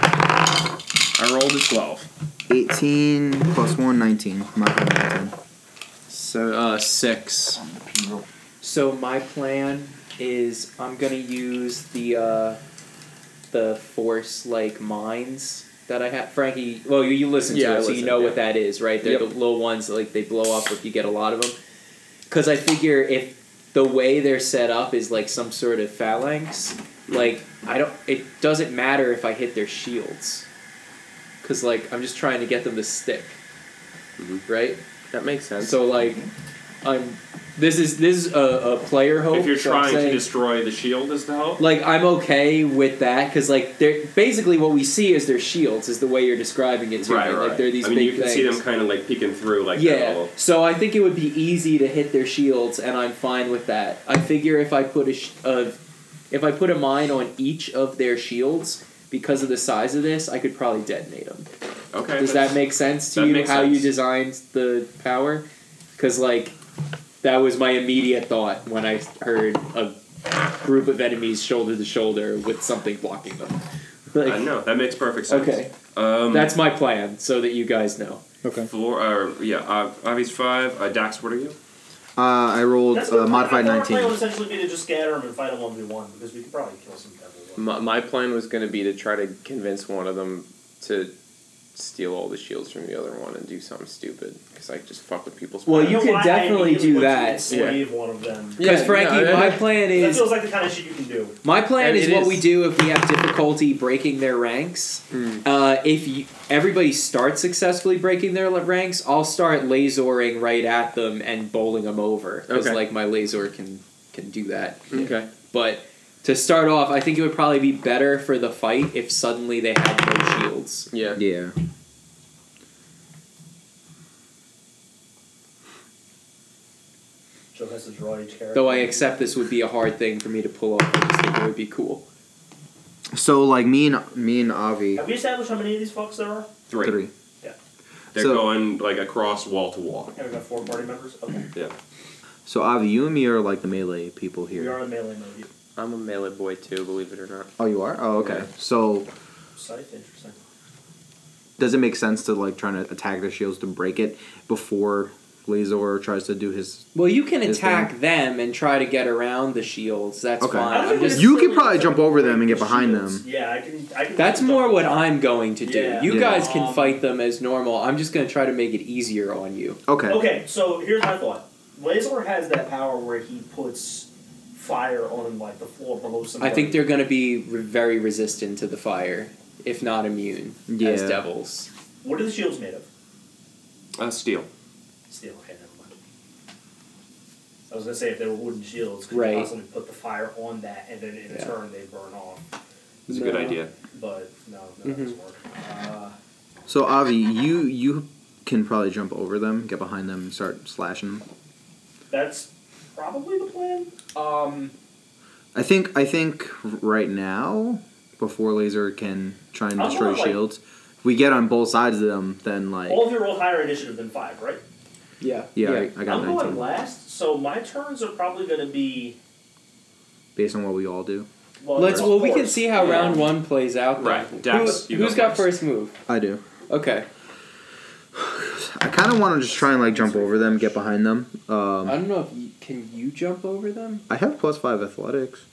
B: I rolled a twelve.
F: 18 plus 1, 19. My bad, 19.
C: So uh, six. So my plan is I'm gonna use the uh, the force like mines that I have. Frankie, well, you, you listen to
B: Yeah, I
C: it, so you
B: listen,
C: know
B: yeah.
C: what that is, right? They're
B: Yep.
C: the little ones that like they blow up if you get a lot of them. Because I figure if the way they're set up is like some sort of phalanx, like I don't, it doesn't matter if I hit their shields. Cause like I'm just trying to get them to stick,
B: Mm-hmm.
C: right?
B: That makes sense.
C: So like, I'm. This is this is a, a player hope.
A: If you're
C: so I'm
A: trying to
C: saying-
A: destroy the shield, is the hope?
C: like I'm okay with that because like they're basically what we see is their shields is the way you're describing it to
A: right,
C: me.
A: right.
C: Like they're these
A: I mean,
C: big
A: you can
C: things.
A: see them kind of like peeking through, like
C: yeah,
A: that little-
C: so I think it would be easy to hit their shields, and I'm fine with that. I figure if I put a, sh- a if I put a mine on each of their shields because of the size of this, I could probably detonate them.
A: Okay.
C: Does
A: that's-
C: that make sense to
A: that
C: you?
A: makes
C: How you
A: sense.
C: designed the power? Because like That was my immediate thought when I heard a group of enemies shoulder to shoulder with something blocking them. Like,
A: I know that makes perfect sense.
C: Okay.
A: Um,
C: That's my plan, so that you guys know.
H: Okay.
A: Floor, uh, yeah, uh, Avi's five. Uh, Dax, what are you?
F: Uh, I rolled
E: That's what
F: uh,
E: my-
F: modified
E: my plan would
F: nineteen.
E: essentially be to just scatter them and fight a one v one because we could probably kill some devil.
B: My, my plan was going to be to try to convince one of them to steal all the shields from the other one and do something stupid because I just fuck with people's.
C: Well,
E: I
B: plans.
E: don't know
C: you could
E: why I
C: definitely
E: immediately
C: do
E: went to
C: that.
E: Enslave one of them.
C: Because
B: Yeah,
C: Frankie,
B: no,
C: my
B: I-
C: plan
E: That
C: is
E: feels like the kind of shit you can do.
C: my plan
B: And
C: is
B: it
C: what
B: is.
C: we do if we have difficulty breaking their ranks.
B: Hmm.
C: Uh, if you, everybody starts successfully breaking their le- ranks, I'll start lasoring right at them and bowling them over because
B: Okay.
C: like my laser can can do that.
B: okay.
C: But to start off, I think it would probably be better for the fight if suddenly they had no shields.
B: Yeah.
F: Yeah.
E: Joe has to draw each character.
C: Though I accept this would be a hard thing for me to pull off. I just think it would be cool.
F: So like me and me and Avi
E: Have we established how many of these fucks there are?
A: Three.
F: three.
A: They're
F: So-
A: going like across wall to wall.
E: Yeah, we got four party members. Okay.
F: So Avi, you and me are like the melee people
E: We
F: here.
E: are in melee mode.
B: I'm a melee boy too, believe it or not.
F: Oh, you are. Oh, okay.
B: Yeah.
F: So
E: Scythe, interesting.
F: does it make sense to like trying to attack the shields to break it before Lazor tries to do his?
C: Well, you can
F: Is there-
C: attack them and try to get around the shields. That's
F: Okay.
E: I
C: fine.
E: don't
C: Uh, I'm
E: think
C: just
E: it's
F: You could
E: necessarily
F: probably jump over them and get behind
E: shields.
F: them.
E: Yeah, I can. I can
C: That's more what I'm going to do.
E: Yeah.
C: You
F: Yeah.
C: guys can
E: Um,
C: fight them as normal. I'm just going to try to make it easier on you.
F: Okay.
E: Okay, so here's my thought. Lazor has that power where he puts fire on like the floor below
C: I
E: somebody.
C: think they're going to be re- very resistant to the fire, if not immune,
F: Yeah.
C: as devils.
E: What are the shields made of?
A: Uh, steel.
E: Steel. Okay, never mind. I was gonna say if they were wooden shields, could
C: Right.
E: you possibly put the fire on that, and then in
C: Yeah.
E: turn they burn off.
A: It's a good
C: No.
A: idea.
E: But no, no, that
C: Mm-hmm.
E: doesn't work. Uh,
F: So Avi, you you can probably jump over them, get behind them, and start slashing.
E: that's probably the plan. Um,
F: I think I think right now, before Laser can try and
E: I'm
F: destroy
E: more like-
F: shields, if we get on both sides of them, then like
E: all of you rolled higher initiative than five, right?
C: Yeah.
F: yeah, I, I got
E: I'm going
F: nineteen
E: last, so my turns are probably gonna be.
F: based on what we all do.
E: Well,
C: Let's.
E: of
C: Well, we can
E: course.
C: see how
E: Yeah.
C: round one plays out. then.
A: Right. Dax,
C: Who,
A: you go
C: has got
A: first.
C: first move?
F: I do.
C: Okay.
F: I kind of want to just try and like jump over them, get behind them.
C: I
F: Um,
C: don't know if you, can you jump over them.
F: I have plus five athletics.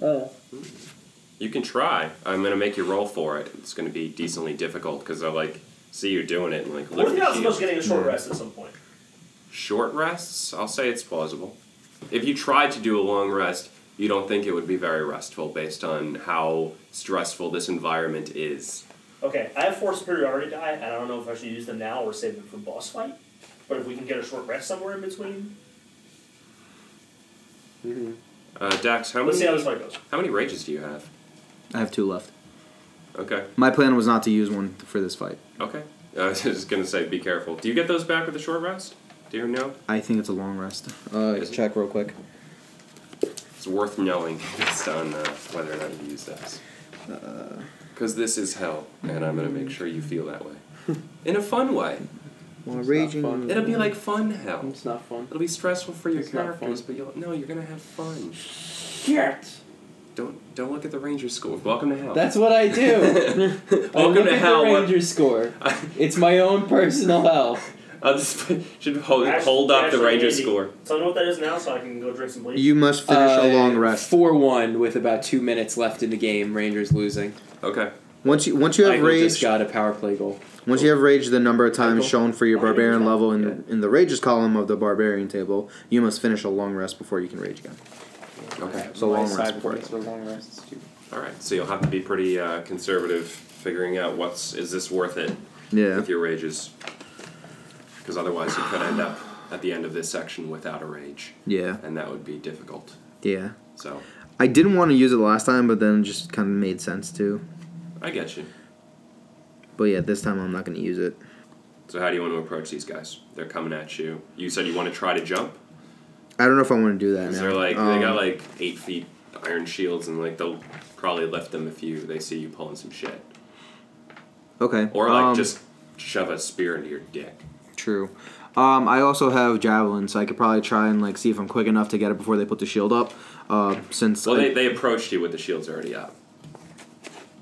C: Oh.
A: You can try. I'm gonna make you roll for it. It's gonna be decently difficult because I like see you doing it and like
E: What
A: look
E: if
A: at
E: you're not
A: you.
E: supposed to getting a short rest at some point?
A: Short rests. I'll say it's plausible. If you tried to do a long rest, you don't think it would be very restful based on how stressful this environment is.
E: Okay, I have four superiority die, and I don't know if I should use them now or save them for boss fight. But if we can get a short rest somewhere in between,
A: Uh, Dax, how many
E: let's see how this fight goes.
A: how many rages do you have?
F: I have two left.
A: Okay.
F: My plan was not to use one for this fight.
A: Okay. I was just gonna say, be careful. Do you get those back with a short rest? Do you know?
F: I think it's a long rest. Uh,
A: Is it-
F: check real quick.
A: It's worth knowing based on uh, whether or not you use those. Because this is hell, and I'm gonna make sure you feel that way. In a fun way.
F: While
C: It's not
F: raging,
C: fun.
A: It'll be like fun hell.
C: It's not fun.
A: It'll be stressful for your
C: It's not
A: characters,
C: fun.
A: but you'll no, you're gonna have fun.
C: Shit.
A: Don't don't look at the ranger score. Welcome to hell.
C: That's what I do. I
A: Welcome
C: look
A: to
C: at
A: hell.
C: The
A: what-
C: Ranger score. It's my own personal hell.
A: I'll just put- should hold,
E: Ash-
A: Oh, hold up the
E: Ashley,
A: ranger
E: Andy,
A: score.
E: Tell me what that is now, so I can go drink some bleach.
F: you must finish a long rest.
C: Uh, Four one with about two minutes left in the game. Rangers losing.
A: Okay.
F: Once you once you have
C: Michael
F: rage,
C: just got a power play goal.
F: Once you have raged the number of times
C: Michael?
F: shown for your
E: Why did you
F: barbarian
E: tell-
F: level in, in the rages column of the barbarian table, you must finish a long rest before you can rage again.
A: Okay.
F: So long rest before you.
A: All right. So you'll have to be pretty uh, conservative figuring out what's is this worth it
F: Yeah.
A: with your rages, because otherwise you could end up at the end of this section without a rage,
F: Yeah.
A: and that would be difficult.
F: Yeah.
A: So
F: I didn't want to use it last time, but then it just kind of made sense too.
A: I get you.
F: But yeah, this time I'm not going to use it.
A: So how do you want to approach these guys? They're coming at you. You said you want to try to jump.
F: I don't know if I want to do that
A: Because
F: now.
A: they're like
F: Um,
A: they got like eight feet iron shields and like they'll probably lift them if you they see you pulling some shit.
F: okay.
A: Or like
F: um,
A: just shove a spear into your dick.
F: True. Um, I also have javelin, so I could probably try and like see if I'm quick enough to get it before they put the shield up. Uh, since
A: Well,
F: I-
A: they, they approached you with the shields already up.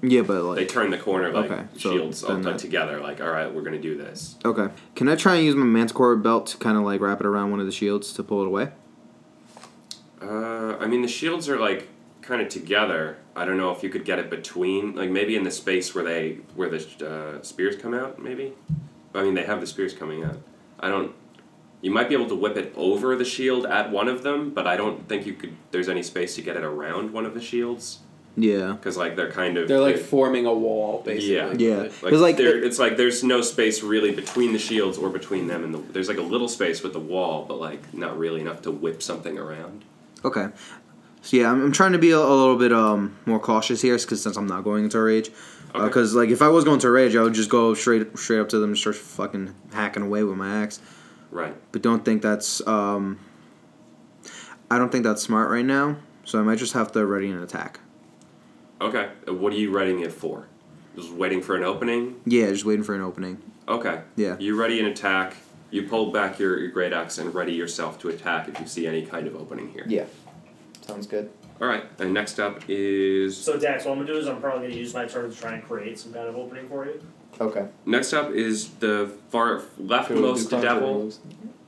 F: yeah, but
A: They
F: like
A: turned the corner like
F: Okay, so
A: shields all
F: then
A: put
F: that-
A: together. Like, all right, we're gonna do this.
F: okay, can I try and use my manticore belt to kind of like wrap it around one of the shields to pull it away?
A: Uh, I mean, the shields are like kind of together. I don't know if you could get it between, like maybe in the space where they where the uh, spears come out. Maybe. I mean, they have the spears coming out. I don't. You might be able to whip it over the shield at one of them, but I don't think you could. There's any space to get it around one of the shields
F: Yeah.
A: because like they're kind of
C: They're like forming a wall, basically.
A: Yeah.
F: Yeah,
A: Like,
F: because like,
A: there,
F: it-
A: it's like there's no space really between the shields or between them, and the, there's like a little space with the wall, but like not really enough to whip something around.
F: okay, so yeah, I'm, I'm trying to be a, a little bit um more cautious here, because since I'm not going into a rage,
A: Okay.
F: because like if I was going to a rage, I would just go straight straight up to them and start fucking hacking away with my axe.
A: Right.
F: but don't think that's um I don't think that's smart right now, so I might just have to ready an attack.
A: Okay. Uh, What are you writing it for? Just waiting for an opening.
F: Yeah, just waiting for an opening.
A: Okay.
F: Yeah.
A: You ready an attack. You pull back your, your great axe and ready yourself to attack if you see any kind of opening here.
F: Yeah.
D: Sounds good.
A: All right. And next up is
E: So Dax, what I'm gonna do is I'm probably gonna use my turn to try and create some kind of opening for you.
D: Okay.
A: next up is the far leftmost devil.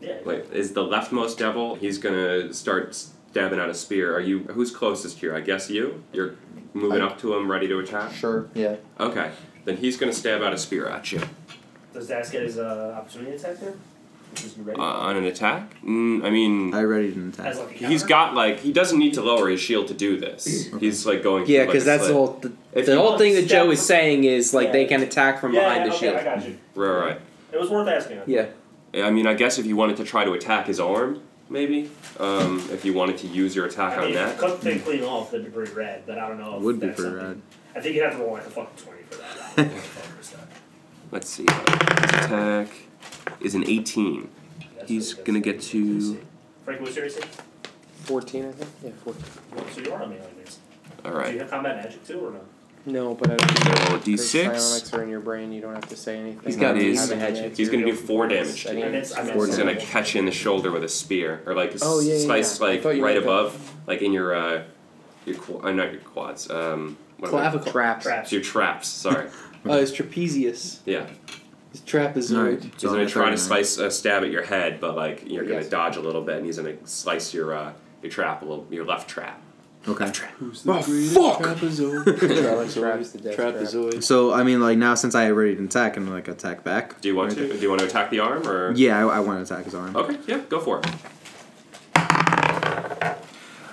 E: Yeah.
A: Wait, is the leftmost devil? He's gonna start stabbing out a spear. Are you? Who's closest here? I guess you. You're moving up to him, ready to attack.
D: Sure. Yeah.
A: Okay, then he's gonna stab out a spear at you.
E: Does Dax get his uh, opportunity attack there? Is he ready?
A: Uh, on an attack? Mm, I mean,
F: I readied an attack.
E: As like a
A: he's
E: counter?
A: got like he doesn't need to lower his shield to do this. He's like going.
C: Yeah,
A: because
C: because that's the whole the,
A: If
C: the
A: you
C: whole
E: want
C: thing that
E: step-
C: Joe is saying is like
E: Yeah.
C: they can attack from
E: yeah,
C: behind
E: yeah,
C: the
E: okay,
C: shield.
E: I got you.
A: Right, right.
E: It was worth asking.
C: Yeah,
A: I mean, I guess if you wanted to try to attack his arm, maybe. Um, if you wanted to use your attack
E: I
A: on
E: mean, if you
A: that.
E: cut the thing clean off, that'd be pretty rad, but I don't know if
F: Would be
E: that's
F: pretty rad.
E: something- I think you'd have to roll like a fucking 20 for that. I don't know what the fuck is that.
A: Let's see. uh, His attack is an 18.
E: That's
A: He's
E: really-
A: gonna
E: that's
A: get
E: really
A: to-
E: good. Frank, what was your AC?
C: fourteen, I think. Yeah, fourteen.
E: Well, So you are on melee means.
A: All
E: Do you
A: right.
E: have combat magic too, or no?
B: No, but I don't think
A: So
B: because
A: d6.
B: Psionics are in your brain. You don't have to say anything.
C: He's
A: got
B: You
A: his-
B: haven't had yet.
A: He's gonna do four damage to
B: I
A: you.
B: mean,
E: I meant, I meant
A: He's
E: so-
A: gonna catch you in the shoulder with a spear, or like
B: Oh, yeah, yeah,
A: slice
B: yeah. I
A: like
B: thought you
A: right
B: meant that.
A: above, like in your uh, your qu- uh, not your quads, um, what am I-
C: Traps.
E: Traps.
A: your traps. Sorry,
C: Oh, it's trapezius.
A: yeah.
C: It's trapezoid.
F: Alright,
A: He's
F: so
A: gonna
F: I'm
A: try to
F: at 39.
A: slice a stab at your head, but like you're gonna
C: Yes.
A: dodge a little bit, and he's gonna slice your uh, your trap a little, your left trap.
F: Okay.
C: Who's
F: the Oh, greatest fuck!
C: Trapezoid.
B: Traps the death trap.
C: trapezoid.
F: So I mean, like now since I readied an attack and like attack back.
A: Do you want
F: right?
A: to? Do you want to attack the arm or?
F: Yeah, I, I want to attack his arm.
A: Okay, yeah, go for it.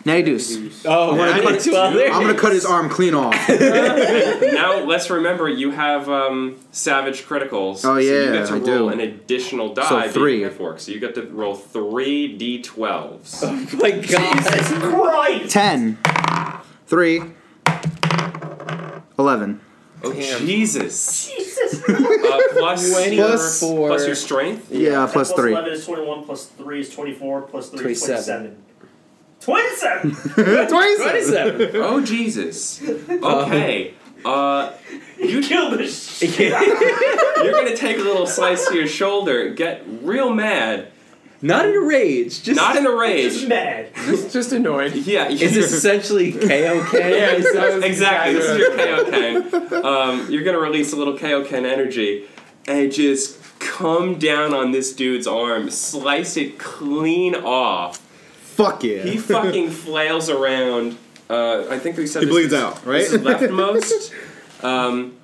F: Natty Deuce.
C: Oh,
F: I'm gonna, cut, I'm gonna cut his arm clean off.
A: now let's remember you have um, savage criticals.
F: Oh,
A: so you
F: yeah,
A: get to
F: I
A: roll
F: do.
A: an additional die.
F: So
A: that you
F: three.
A: get for it. So you get to roll three d12s.
C: Oh my god.
E: Jesus Christ!
F: Ten. Three. Eleven.
A: Oh
B: Damn.
A: Jesus!
E: Jesus!
A: Uh, plus,
C: Plus
A: your,
C: four.
A: plus your strength.
F: Yeah, plus three.
E: 11 is 21, plus 3 is 24, plus 3 is
C: 27.
E: 27. 27!
C: Twenty-seven.
A: Oh Jesus! Okay. Uh,
E: you killed this shit.
A: you're gonna take a little slice to your shoulder, get real mad,
C: Not in a rage. Just
A: not in a
E: Just
A: rage.
E: mad.
B: He's just annoyed.
A: Yeah.
C: Is this essentially KOK?
A: Yeah, exactly. This is your Kaioken. Um, you're gonna release a little Kaioken energy and just come down on this dude's arm, slice it clean off.
F: Fuck yeah.
A: He fucking flails around. Uh, I think we said
F: He
A: this
F: bleeds
A: is-
F: out, right?
A: This is leftmost. um,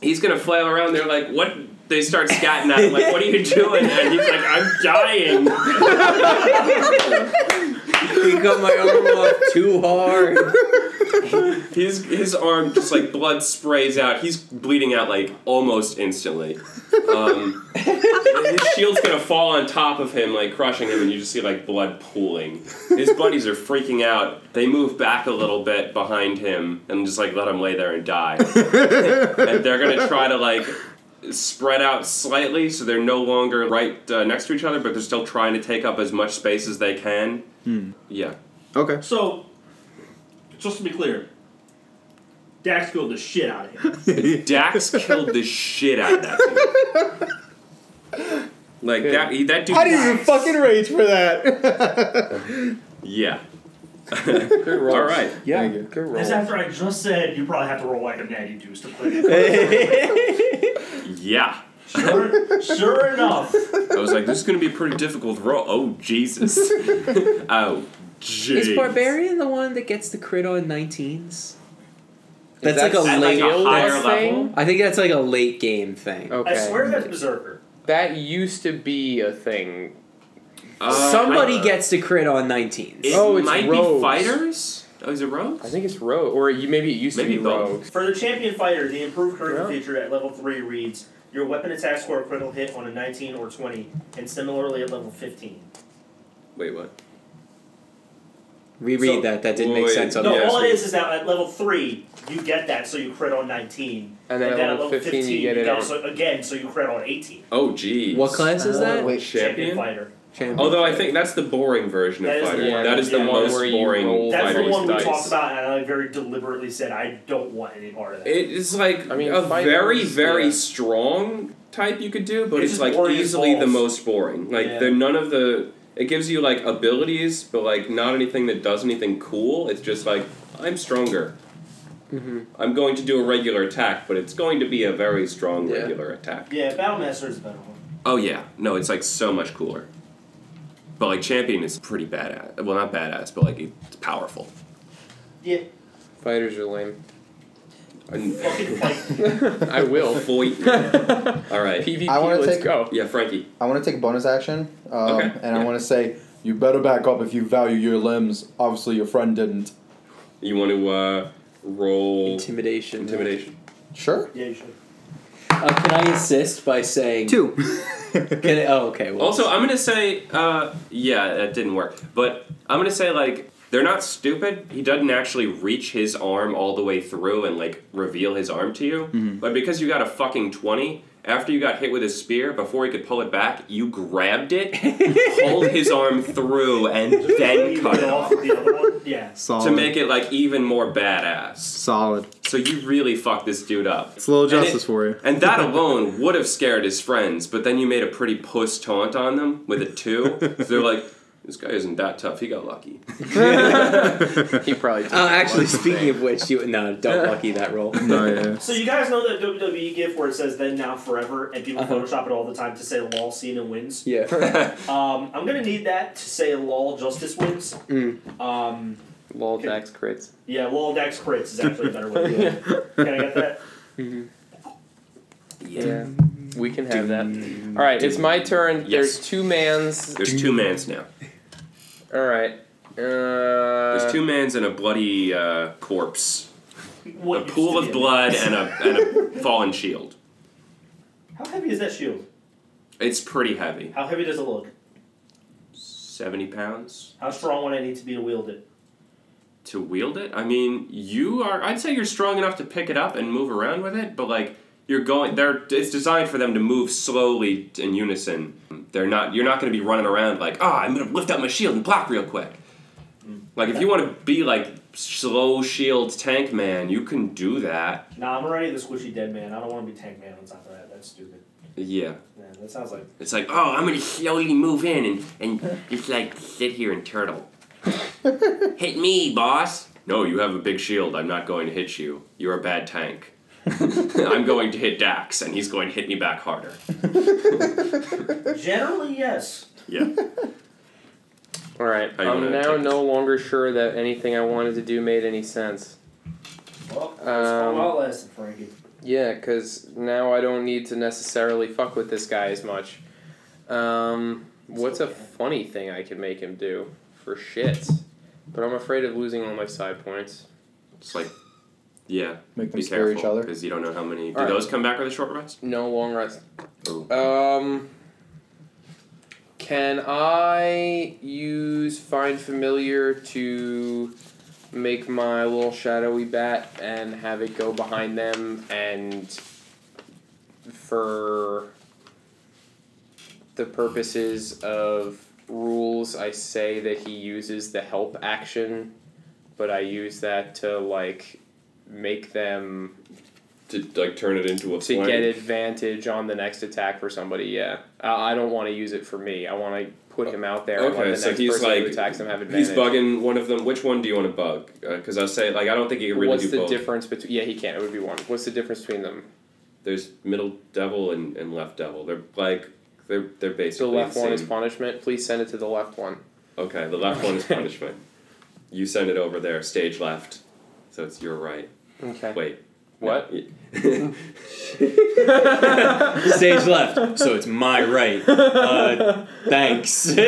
A: he's gonna flail around. They're like, what? They start scatting at him, like, what are you doing? And he's like, I'm dying.
C: He cut my arm off too hard.
A: His his arm just like blood sprays out. He's bleeding out like almost instantly. Um, his shield's gonna fall on top of him, like crushing him, and you just see like blood pooling. His buddies are freaking out. They move back a little bit behind him and just like let him lay there and die. and they're gonna try to like spread out slightly so they're no longer right uh, next to each other, but they're still trying to take up as much space as they can. Yeah.
F: Okay.
E: So, just to be clear, Dax killed the shit out of him.
A: Dax killed the shit out of that dude. Like that. He, that dude.
F: How do you fucking rage for that?
A: Yeah. All right.
C: Yeah,
F: Thank you.
C: good
E: This
C: roll.
E: after I just said you probably have to roll like a natty deuce to play. the
A: Yeah.
E: Sure, sure enough.
A: I was like, this is gonna be a pretty difficult roll. Oh Jesus. oh. Jeez.
C: Is Barbarian the one that gets the crit on 19s?
B: That's
C: like a
A: At like a
C: late-
A: higher
B: thing?
A: level.
C: I think that's like a late game thing.
B: Okay.
E: I swear that's Berserker.
B: That used to be a thing.
A: Uh,
C: Somebody
A: I-
C: gets to crit on 19s.
A: It
B: Oh, it's
A: might be
B: rogues.
A: fighters. Oh, is it rogues?
B: I think it's Rogue, or you, maybe it used
A: Maybe
B: to be
A: both.
B: Rogue.
E: For the champion fighter, the improved curriculum
B: Yeah.
E: feature at level 3 reads your weapon attack score a critical hit on a 19 or 20, and similarly at level 15.
A: Wait, what?
C: Reread
E: So-
C: that. That didn't make
A: Wait,
C: sense.
A: no,
E: No,
A: Yeah,
E: all it
A: so-
E: is is that at level 3, you get that, so you crit on 19.
B: And then at level 15, you get it on.
E: so, again, so you crit on 18.
A: Oh, geez.
C: What class is that?
F: Wait,
E: Champion
A: Champion.
E: fighter.
C: Champion.
A: Although I think that's the boring version
E: That
A: of
E: is the
A: fighter.
E: boring-
A: that is the
E: yeah.
A: most
B: Where you
A: boring
B: roll
E: That's the
A: fighter's
E: one
A: dice.
E: we talked about, and I very deliberately said I don't want any part of that.
A: It is like
B: I mean,
A: a
B: fighters,
A: very very
B: yeah.
A: strong type you could do, but
E: It's
A: it's,
E: just
A: like
E: boring as
A: easily the
E: balls.
A: most boring. Like
E: Yeah.
A: the none of the it gives you like abilities, but like not anything that does anything cool. It's just like I'm stronger.
B: Mhm.
A: I'm going to do a regular attack, but it's going to be a very strong
B: Yeah.
A: regular attack.
E: yeah, Battlemaster is a better one.
A: Oh yeah, no, it's like so much cooler. But like champion is pretty badass. Well, not badass, but like it's powerful.
E: Yeah,
B: Fighters are lame.
A: And
E: fucking fight.
B: I will.
A: Foy- All right.
B: PvP,
F: I wanna
B: let's
F: take-
B: go.
A: Yeah, Frankie.
F: I want to take a bonus action, um,
A: Okay,
F: and
A: yeah.
F: I want to say you better back up if you value your limbs. Obviously, your friend didn't.
A: You want to uh, roll
C: Intimidation.
A: intimidation?
F: Sure.
E: Yeah, you should.
C: Uh, can I assist by saying
D: Two.
C: Can I, oh, okay. Well,
A: Also, I'm gonna say, uh, yeah, that didn't work. But I'm gonna say like they're not stupid. He doesn't actually reach his arm all the way through and like reveal his arm to you. But because you got a fucking twenty. After you got hit with his spear, before he could pull it back, you grabbed it, pulled his arm through, and then
E: You
A: cut it
E: get
A: off
E: off the other one. Yeah.
D: Solid.
A: to make it like even more badass.
D: solid.
A: So you really fucked this dude up.
D: It's a little
A: And it-
D: justice for you.
A: And that alone would have scared his friends, but then you made a pretty puss taunt on them with a two. So they're like, this guy isn't that tough. He got lucky.
B: He probably. Did
C: Uh, actually, speaking of which, you no, don't lucky that roll.
D: No, yeah.
E: So you guys know that WWE gif where it says "then now forever" and people Photoshop it all the time to say "lol Cena wins."
C: Yeah.
E: Um, I'm gonna need that to say "lol Justice wins." Um,
B: Lol Dax crits.
E: yeah, "lol Dax crits" is actually a better way. To do it. Can I get that?
B: Yeah. We can have that.
F: Mm.
B: All right, it's my turn. There's two mans.
A: There's two mans now.
B: All right. Uh,
A: There's two mans and a bloody uh, corpse.
E: What
A: A
E: used
A: pool
E: to
A: of
E: be a-
A: blood and a, and a fallen shield.
E: How heavy is that shield?
A: It's pretty heavy.
E: How heavy does it look?
A: 70 pounds
E: How strong would I need to be to wield it?
A: to wield it? I mean, you are, I'd say you're strong enough to pick it up and move around with it, but like, you're going they're it's designed for them to move slowly in unison they're not you're not going to be running around like ah i'm going to lift up my shield and block real quick like if you want to be like slow shield tank man you can do that
E: Nah, I'm already the squishy dead man. I don't want to be tank man on top of that. That's stupid.
A: yeah
E: Yeah, that sounds like
A: it's like oh i'm going to slowly move in and and just like sit here and turtle hit me boss no you have a big shield i'm not going to hit you you're a bad tank i'm going to hit dax and he's going to hit me back harder
E: generally yes.
A: yeah
B: Uh, all right.
A: How you
B: I'm
A: wanna
B: now
A: take
B: no longer sure that anything I wanted to do made any sense.
E: Well, that's
B: Um,
E: all I asked, Frankie.
B: Yeah, because now I don't need to necessarily fuck with this guy as much. Um, what's a funny thing I could make him do for shit? But I'm afraid of losing all my side points.
A: It's like, yeah,
F: Make them
A: be
F: scare
A: careful
F: each other.
A: because you don't know how many. Do
B: Alright.
A: those come back with a short rest?
B: No long rest.
A: Oh.
B: Um, can I use find familiar to make my little shadowy bat and have it go behind them and for the purposes of rules I say that he uses the help action but I use that to like make them
A: to like turn it into a
B: to
A: plan.
B: get advantage on the next attack for somebody. Yeah, I, I don't want to use it for me. I want to put him out there. and let
A: Okay,
B: the
A: so
B: next
A: he's
B: person
A: like
B: who attacks him have advantage.
A: he's bugging one of them. Which one do you want to bug? Because I say like I don't think you can really
B: What's
A: do
B: the
A: both.
B: difference between? Yeah, he can't. It would be one. What's the difference between them?
A: There's middle devil and, and left devil. They're like they're they're
B: The
A: basically
B: left
A: the
B: one is
A: same.
B: punishment. Please send it to the left one.
A: okay. The left one is punishment. You send it over there, stage left. So it's your right.
B: Okay.
A: Wait.
B: What?
A: No.
C: Stage left, so it's my right. Uh, thanks.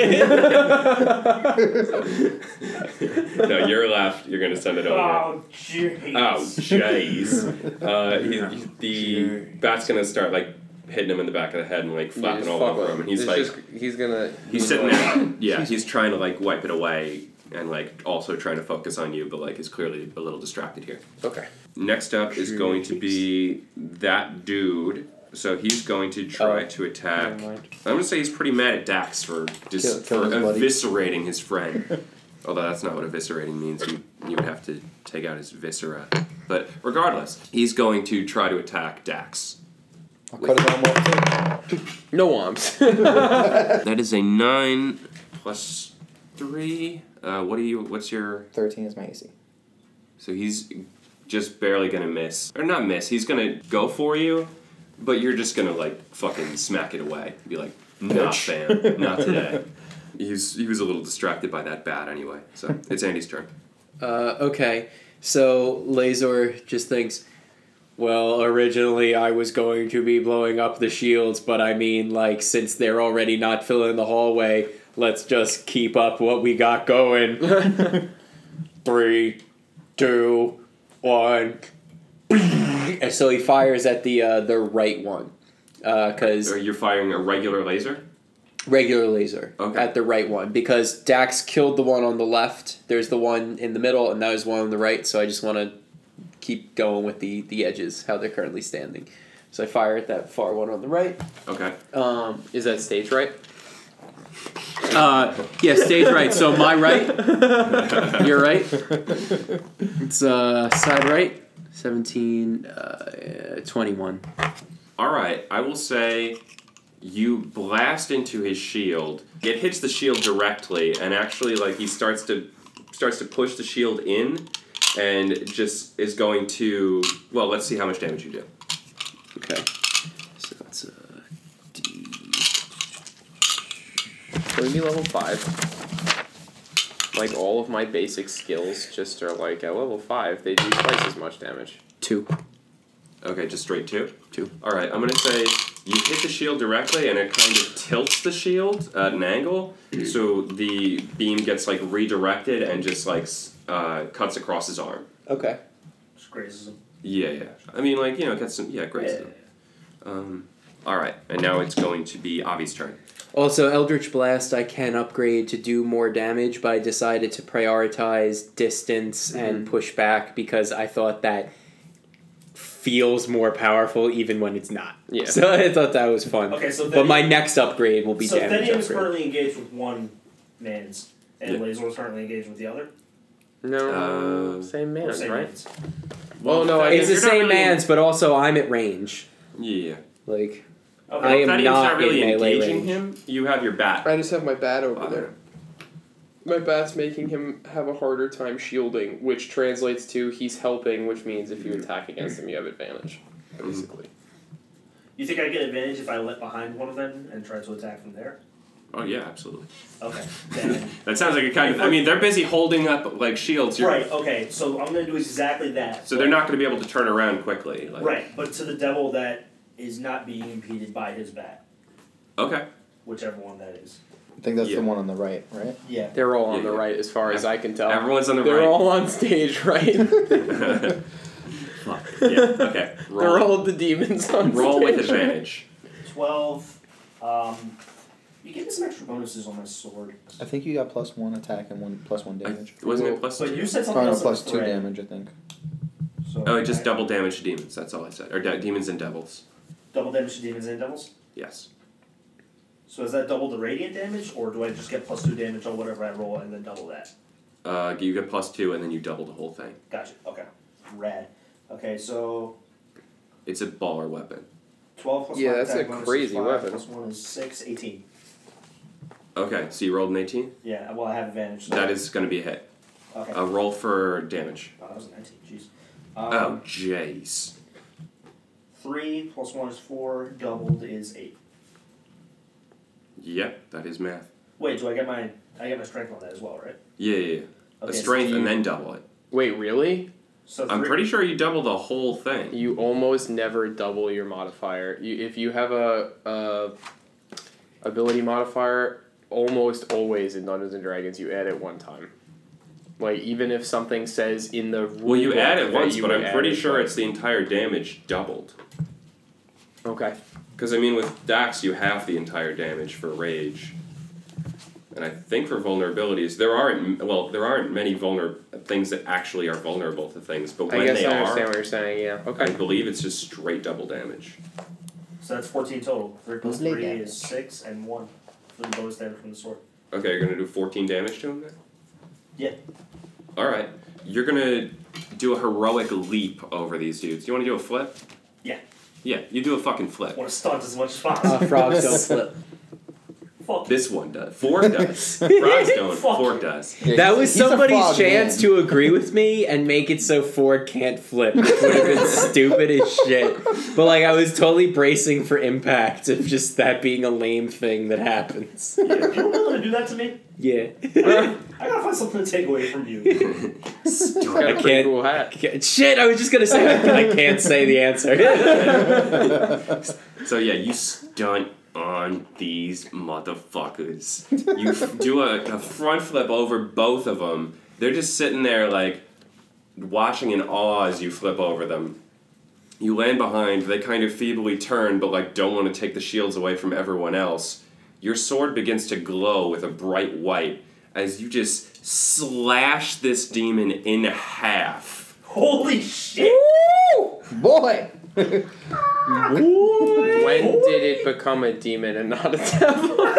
A: no, you're left. You're gonna send it over.
E: Oh, jeez.
A: Oh, jeez. Uh, he- he- the bat's gonna start like hitting him in the back of the head and like
B: You
A: flapping
B: just
A: all
B: fuck
A: over
B: with
A: him, and he's
B: It's
A: like,
B: just- he's gonna.
A: he's sitting there. Yeah, he's trying to like wipe it away and like also trying to focus on you, but like is clearly a little distracted here.
B: Okay.
A: Next up is going to be that dude. So he's going to try
F: Oh,
A: to attack.
F: never
A: I'm
F: mind.
A: gonna say he's pretty mad at Dax for dis-
F: Kill- kill
A: for
F: his buddy.
A: eviscerating his friend. Although that's not what eviscerating means. You you would have to take out his viscera. But regardless, he's going to try to attack Dax.
F: I'll cut his arm off.
B: No arms.
A: That is a nine plus three. Uh, what do you? What's your?
F: Thirteen is my AC.
A: So he's just barely gonna miss, or not miss. He's gonna go for you, but you're just gonna like fucking smack it away. Be like, nah, fam, not today. He's he was a little distracted by that bat anyway. So it's Andy's turn.
C: Uh, okay, so Lazor just thinks, well, originally I was going to be blowing up the shields, but I mean, like, since they're already not filling the hallway, let's just keep up what we got going. Three, two, one. And so he fires at the uh, the right one, uh, because
A: Or you're firing a regular laser.
C: regular laser
A: Okay.
C: at the right one because Dax killed the one on the left. There's the one in the middle, and that was one on the right. So I just want to keep going with the the edges how they're currently standing. So I fire at that far one on the right.
A: Okay.
C: Um,
B: Is that stage right?
C: uh, yeah, stage right. So my right, your right. It's uh, side right. 17, uh, 21.
A: All right. I will say, you blast into his shield. It hits the shield directly, and actually, like he starts to starts to push the shield in, and just is going to. Well, let's see how much damage you do.
C: Okay. So that's uh, a D.
B: Would it be level five? Like all of my basic skills just are like at level five, they do twice as much damage.
C: Two.
A: Okay, just straight two?
C: Two.
A: Alright, I'm gonna say you hit the shield directly and it kind of tilts the shield at an angle, so the beam gets like redirected and just like s- uh, cuts across his arm.
C: Okay.
E: Just grazes him.
A: Yeah, yeah. I mean, like, you know, it gets some. Yeah, great.
E: Yeah.
A: stuff. Um, Alright, and now it's going to be Avi's turn.
C: Also, Eldritch Blast I can upgrade to do more damage, but I decided to prioritize distance and push back because I thought that feels more powerful even when it's not.
B: Yeah.
C: So I thought that was fun.
E: Okay, so
C: but
E: then
C: my next upgrade will be
E: so
C: damage
E: Thenium is
C: upgrade.
E: currently engaged with one man's, and
A: Yeah.
E: Lazor is currently engaged with the other.
B: No,
A: Uh,
B: same man,
E: Or same
B: right?
E: man's.
B: Well, no, I
C: It's the
A: you're not
C: same
A: really-
C: man's, but also I'm at range.
A: Yeah.
C: Like
E: Okay.
C: I am
A: Thaddeus,
C: not in
A: really
C: melee
A: engaging
C: range.
A: him. You have your bat.
B: I just have my bat over
A: Uh,
B: there. My bat's making him have a harder time shielding, which translates to he's helping, which means if you attack against him, you have advantage, basically.
E: You think I get advantage if I let behind one of them and try to attack from there?
A: Oh, yeah, absolutely.
E: Okay. Then-
A: That sounds like a kind of. I mean, they're busy holding up like shields. You're-
E: right. Okay. So I'm gonna do exactly that.
A: So they're not going to be able to turn around quickly. Like,
E: right, but to the devil that is not being impeded by his bat,
A: Okay.
E: whichever one that is.
F: I think that's
A: Yeah.
F: the one on the right, right?
E: Yeah.
B: They're all on
A: Yeah,
B: the
A: yeah.
B: right, as far as I can
C: Oh.
B: tell.
A: Everyone's on the
B: They're
A: right.
B: all on stage, right?
A: Fuck. Yeah. Okay.
B: They're
A: Roll.
B: all the demons on
A: Roll with
B: stage.
A: advantage.
E: Twelve. Um, you get some extra bonuses on my sword.
F: I think you got plus one attack and one plus one
A: I,
F: damage.
A: wasn't it plus
E: But
A: two?
E: you said
F: Oh
E: something
F: no,
E: else.
F: plus
E: about
F: two
E: threat,
F: damage, I think.
E: So
A: Oh, it just
E: I-
A: double damage to demons. That's all I said. Or de- demons and devils.
E: double damage to demons and devils.
A: Yes.
E: So is that double the radiant damage, or do I just get plus two damage on whatever I roll and then double that?
A: Uh, you get plus two, and then you double the whole thing.
E: Gotcha. Okay. Rad. Okay, so
A: It's a baller weapon.
E: 12 plus
B: Yeah,
E: one
B: that's
E: attack
B: a
E: bonus is
B: crazy
E: five,
B: weapon.
E: Plus 1 is 6, 18.
A: Okay, so you rolled an 18.
E: Yeah, well, I have advantage. so-
A: That is going to be a hit.
E: Okay.
A: A roll for damage.
E: oh, that was a 19. Jeez.
A: Oh,
E: Um,
A: jeez.
E: 3 plus 1 is 4, doubled is 8.
A: Yep, that is math.
E: Wait, do I get my I get my strength on that as well, right?
A: Yeah, yeah, yeah.
E: Okay,
A: a strength
E: so
A: and then double it.
B: Wait, really?
E: So
A: I'm
E: three-
A: pretty sure you double the whole thing.
B: You almost never double your modifier. You, if you have a, a ability modifier, almost always in Dungeons and Dragons you add it one time. Like even if something says in the rule
A: Well, you
B: book
A: add it
B: that
A: once,
B: you
A: but
B: would
A: I'm
B: add
A: pretty
B: it
A: sure
B: twice.
A: it's the entire damage doubled.
B: okay.
A: Because, I mean, with Dax, you have the entire damage for Rage. And I think for vulnerabilities, there aren't, well, there aren't many vulner things that actually are vulnerable to things, but when
B: I guess
A: they
B: I
A: are,
B: understand what you're saying. Yeah.
A: I
B: Okay.
A: believe it's just straight double damage.
E: So that's 14 total. 3 plus
C: Blade
E: 3
C: damage.
E: is 6 and 1 for the bonus damage from the sword.
A: Okay, you're gonna do 14 damage to him then?
E: Yeah.
A: Alright. You're gonna do a heroic leap over these dudes. You wanna do a flip?
E: Yeah.
A: Yeah, you do a fucking flip.
E: want to stunt as much as
C: Uh,
E: possible.
C: frogs don't flip.
E: Fuck.
A: This one does. Fork does. Frogs don't.
E: Fuck.
A: Fork does.
C: That was
F: He's a
C: somebody's
F: frog
C: chance
F: man.
C: to agree with me and make it so four can't flip. It would have been stupid as shit. But like I was totally bracing for impact of just that being a lame thing that happens.
E: you were willing to do that to me?
C: Yeah.
E: I gotta find something to take away from you.
B: Got a
C: I
B: pretty
C: can't-
B: cool hat.
C: shit, I was just gonna say I, I can't say the answer.
A: So yeah, you stunt on these motherfuckers. You f- do a, a front flip over both of them. They're just sitting there like watching in awe as you flip over them. You land behind. They kind of feebly turn, but like don't want to take the shields away from everyone else. Your sword begins to glow with a bright white as you just slash this demon in half.
E: Holy shit!
F: Boy!
B: When did it become a demon and not a devil?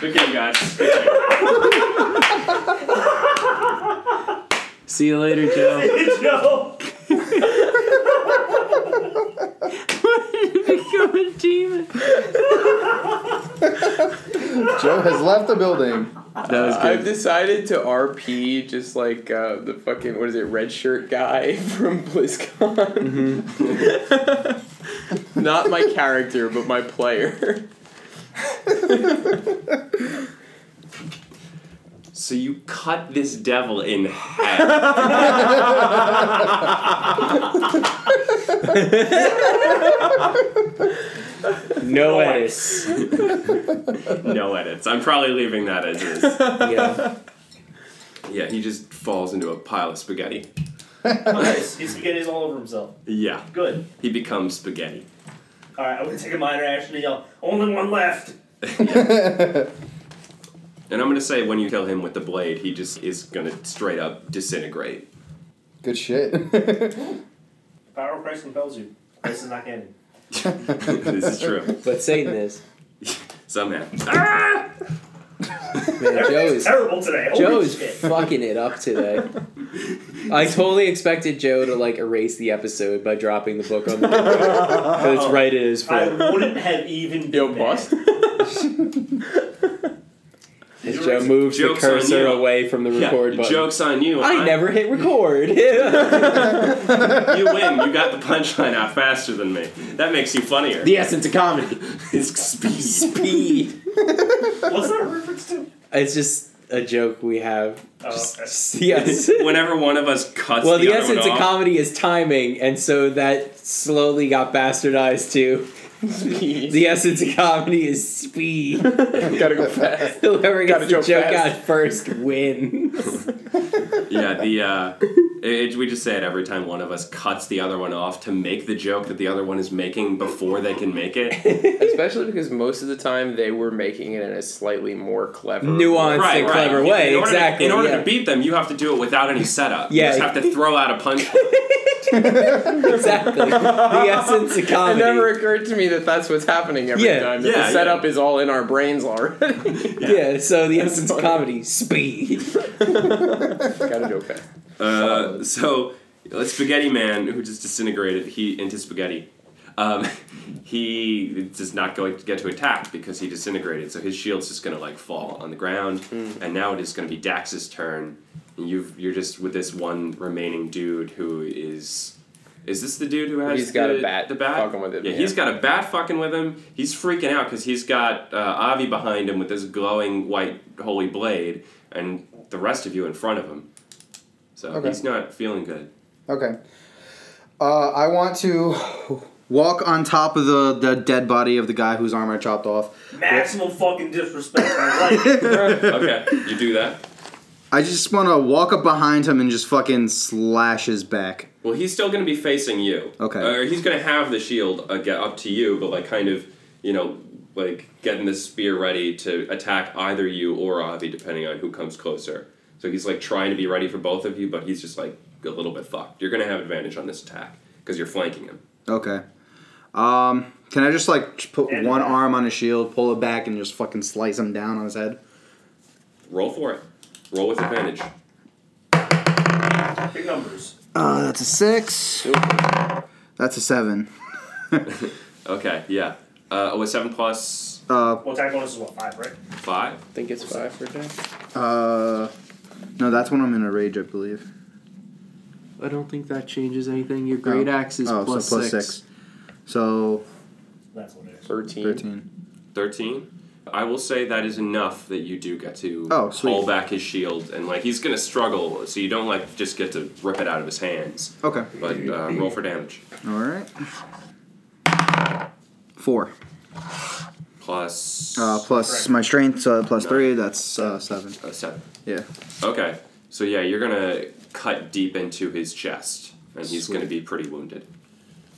A: Good game, guys. Good game.
C: See you later, Joe.
E: Joe!
C: Become a demon.
F: Joe has left the building.
C: That was
B: I've
C: good.
B: decided to RP just like uh, the fucking what is it, red shirt guy from BlizzCon. Not my character, but my player.
A: So you cut this devil in half.
C: No edits.
A: no edits. I'm probably leaving that as is.
C: Yeah.
A: Yeah, he just falls into a pile of spaghetti.
E: Nice. He's spaghetti's all over himself.
A: Yeah,
E: Good.
A: he becomes spaghetti.
E: Alright, I'm gonna take a minor action and yell, only one left!
A: And I'm gonna say when you kill him with the blade, he just is gonna straight up disintegrate.
F: Good shit.
E: Power of Christ compels you. This is not canon.
A: this is true.
C: But Satan is.
A: Somehow. Ah!
C: Man, Joe
E: Everything's
C: is
E: terrible today. Holy
C: Joe is
E: shit.
C: fucking it up today. I totally expected Joe to like erase the episode by dropping the book on the but it's right in his
E: I
C: phone.
E: wouldn't have even been
B: Yo,
E: mad.
B: boss.
E: Did
C: As
E: you
C: Joe
E: raise-
C: moves the
A: Joke's on
C: cursor
A: you.
C: away from the
A: Yeah,
C: record button.
A: joke's on you.
C: I
A: I'm-
C: never hit record.
A: You win. You got the punchline out faster than me. That makes you funnier.
C: the essence of comedy.
A: It's speed.
C: Speed.
E: What's that a reference to?
C: It's just a joke we have.
E: Oh,
C: Just-
E: okay.
C: just the essence.
A: Whenever one of us cuts
C: Well,
A: the,
C: the
A: other
C: essence
A: one
C: of
A: off,
C: comedy is timing, and so that slowly got bastardized to the essence of comedy is speed.
B: Gotta go fast.
C: Whoever
B: Gotta
C: gets the
B: joke
C: joke
B: fast.
C: out first wins.
A: Yeah, the uh, it, we just say it every time one of us cuts the other one off to make the joke that the other one is making before they can make it.
B: Especially because most of the time they were making it in a slightly more clever
C: Nuanced
A: right,
C: and
A: right.
C: clever way,
A: In order,
C: exactly.
A: To, in order
C: yeah.
A: to beat them, you have to do it without any setup.
C: Yeah.
A: You just have to throw out a punch.
C: exactly. The essence of
B: It
C: comedy.
B: never occurred to me that that's what's happening every
C: Yeah.
B: time. that
A: Yeah,
B: the
A: yeah.
B: setup is all in our brains already.
C: yeah. so the essence of comedy, speed.
B: Gotta go fast.
A: Uh, so uh, Spaghetti Man, who just disintegrated he into spaghetti, um, he is not going to get to attack because he disintegrated. So his shield's just going to like fall on the ground,
B: Hmm.
A: and now it is going to be Dax's turn. And you've you're just with this one remaining dude who is. Is this the dude who has
B: He's got
A: the-
B: a bat
A: The bat
B: fucking with him,
A: Yeah,
B: yeah.
A: he's got a bat fucking with him. He's freaking out because he's got uh, Avi behind him with this glowing white holy blade, and the rest of you in front of him. So
F: Okay.
A: he's not feeling good.
F: Okay. Uh, I want to
D: Walk on top of the, the dead body of the guy whose arm I chopped off.
E: Maximum fucking disrespect. I like it.
A: Okay, you do that.
D: I just want to walk up behind him and just fucking slash his back.
A: Well, he's still going to be facing you.
D: Okay.
A: Or he's going to have the shield uh, get up to you, but like kind of, you know, like getting the spear ready to attack either you or Avi, depending on who comes closer. So he's like trying to be ready for both of you, but he's just like a little bit fucked. You're going to have advantage on this attack because you're flanking him.
D: Okay. Um, can I just like just put
E: And-
D: one arm on his shield, pull it back, and just fucking slice him down on his head?
A: Roll for it. Roll with advantage.
E: Big numbers.
D: Uh, that's a six. That's a seven.
A: Okay, yeah. Uh, with seven plus
D: Uh,
E: Well, attack bonus is what five, right?
A: five.
B: I think it's five for Jack.
D: uh, no, that's when I'm in a rage, I believe.
C: I don't think that changes anything. Your
D: great
C: axe
D: oh, so plus So
E: That's what it is.
B: Thirteen.
D: thirteen.
A: 13 i will say that is enough that you do get to
D: Oh, sweet.
A: pull back his shield and like he's gonna struggle so you don't like just get to rip it out of his hands
D: Okay.
A: but uh, roll for damage
D: All right. Four.
A: plus
D: Uh, plus
E: Correct.
D: my strength, so plus three. That's uh, seven.
A: uh, seven
D: Yeah.
A: okay so yeah you're gonna cut deep into his chest and he's
D: Sweet.
A: gonna be pretty wounded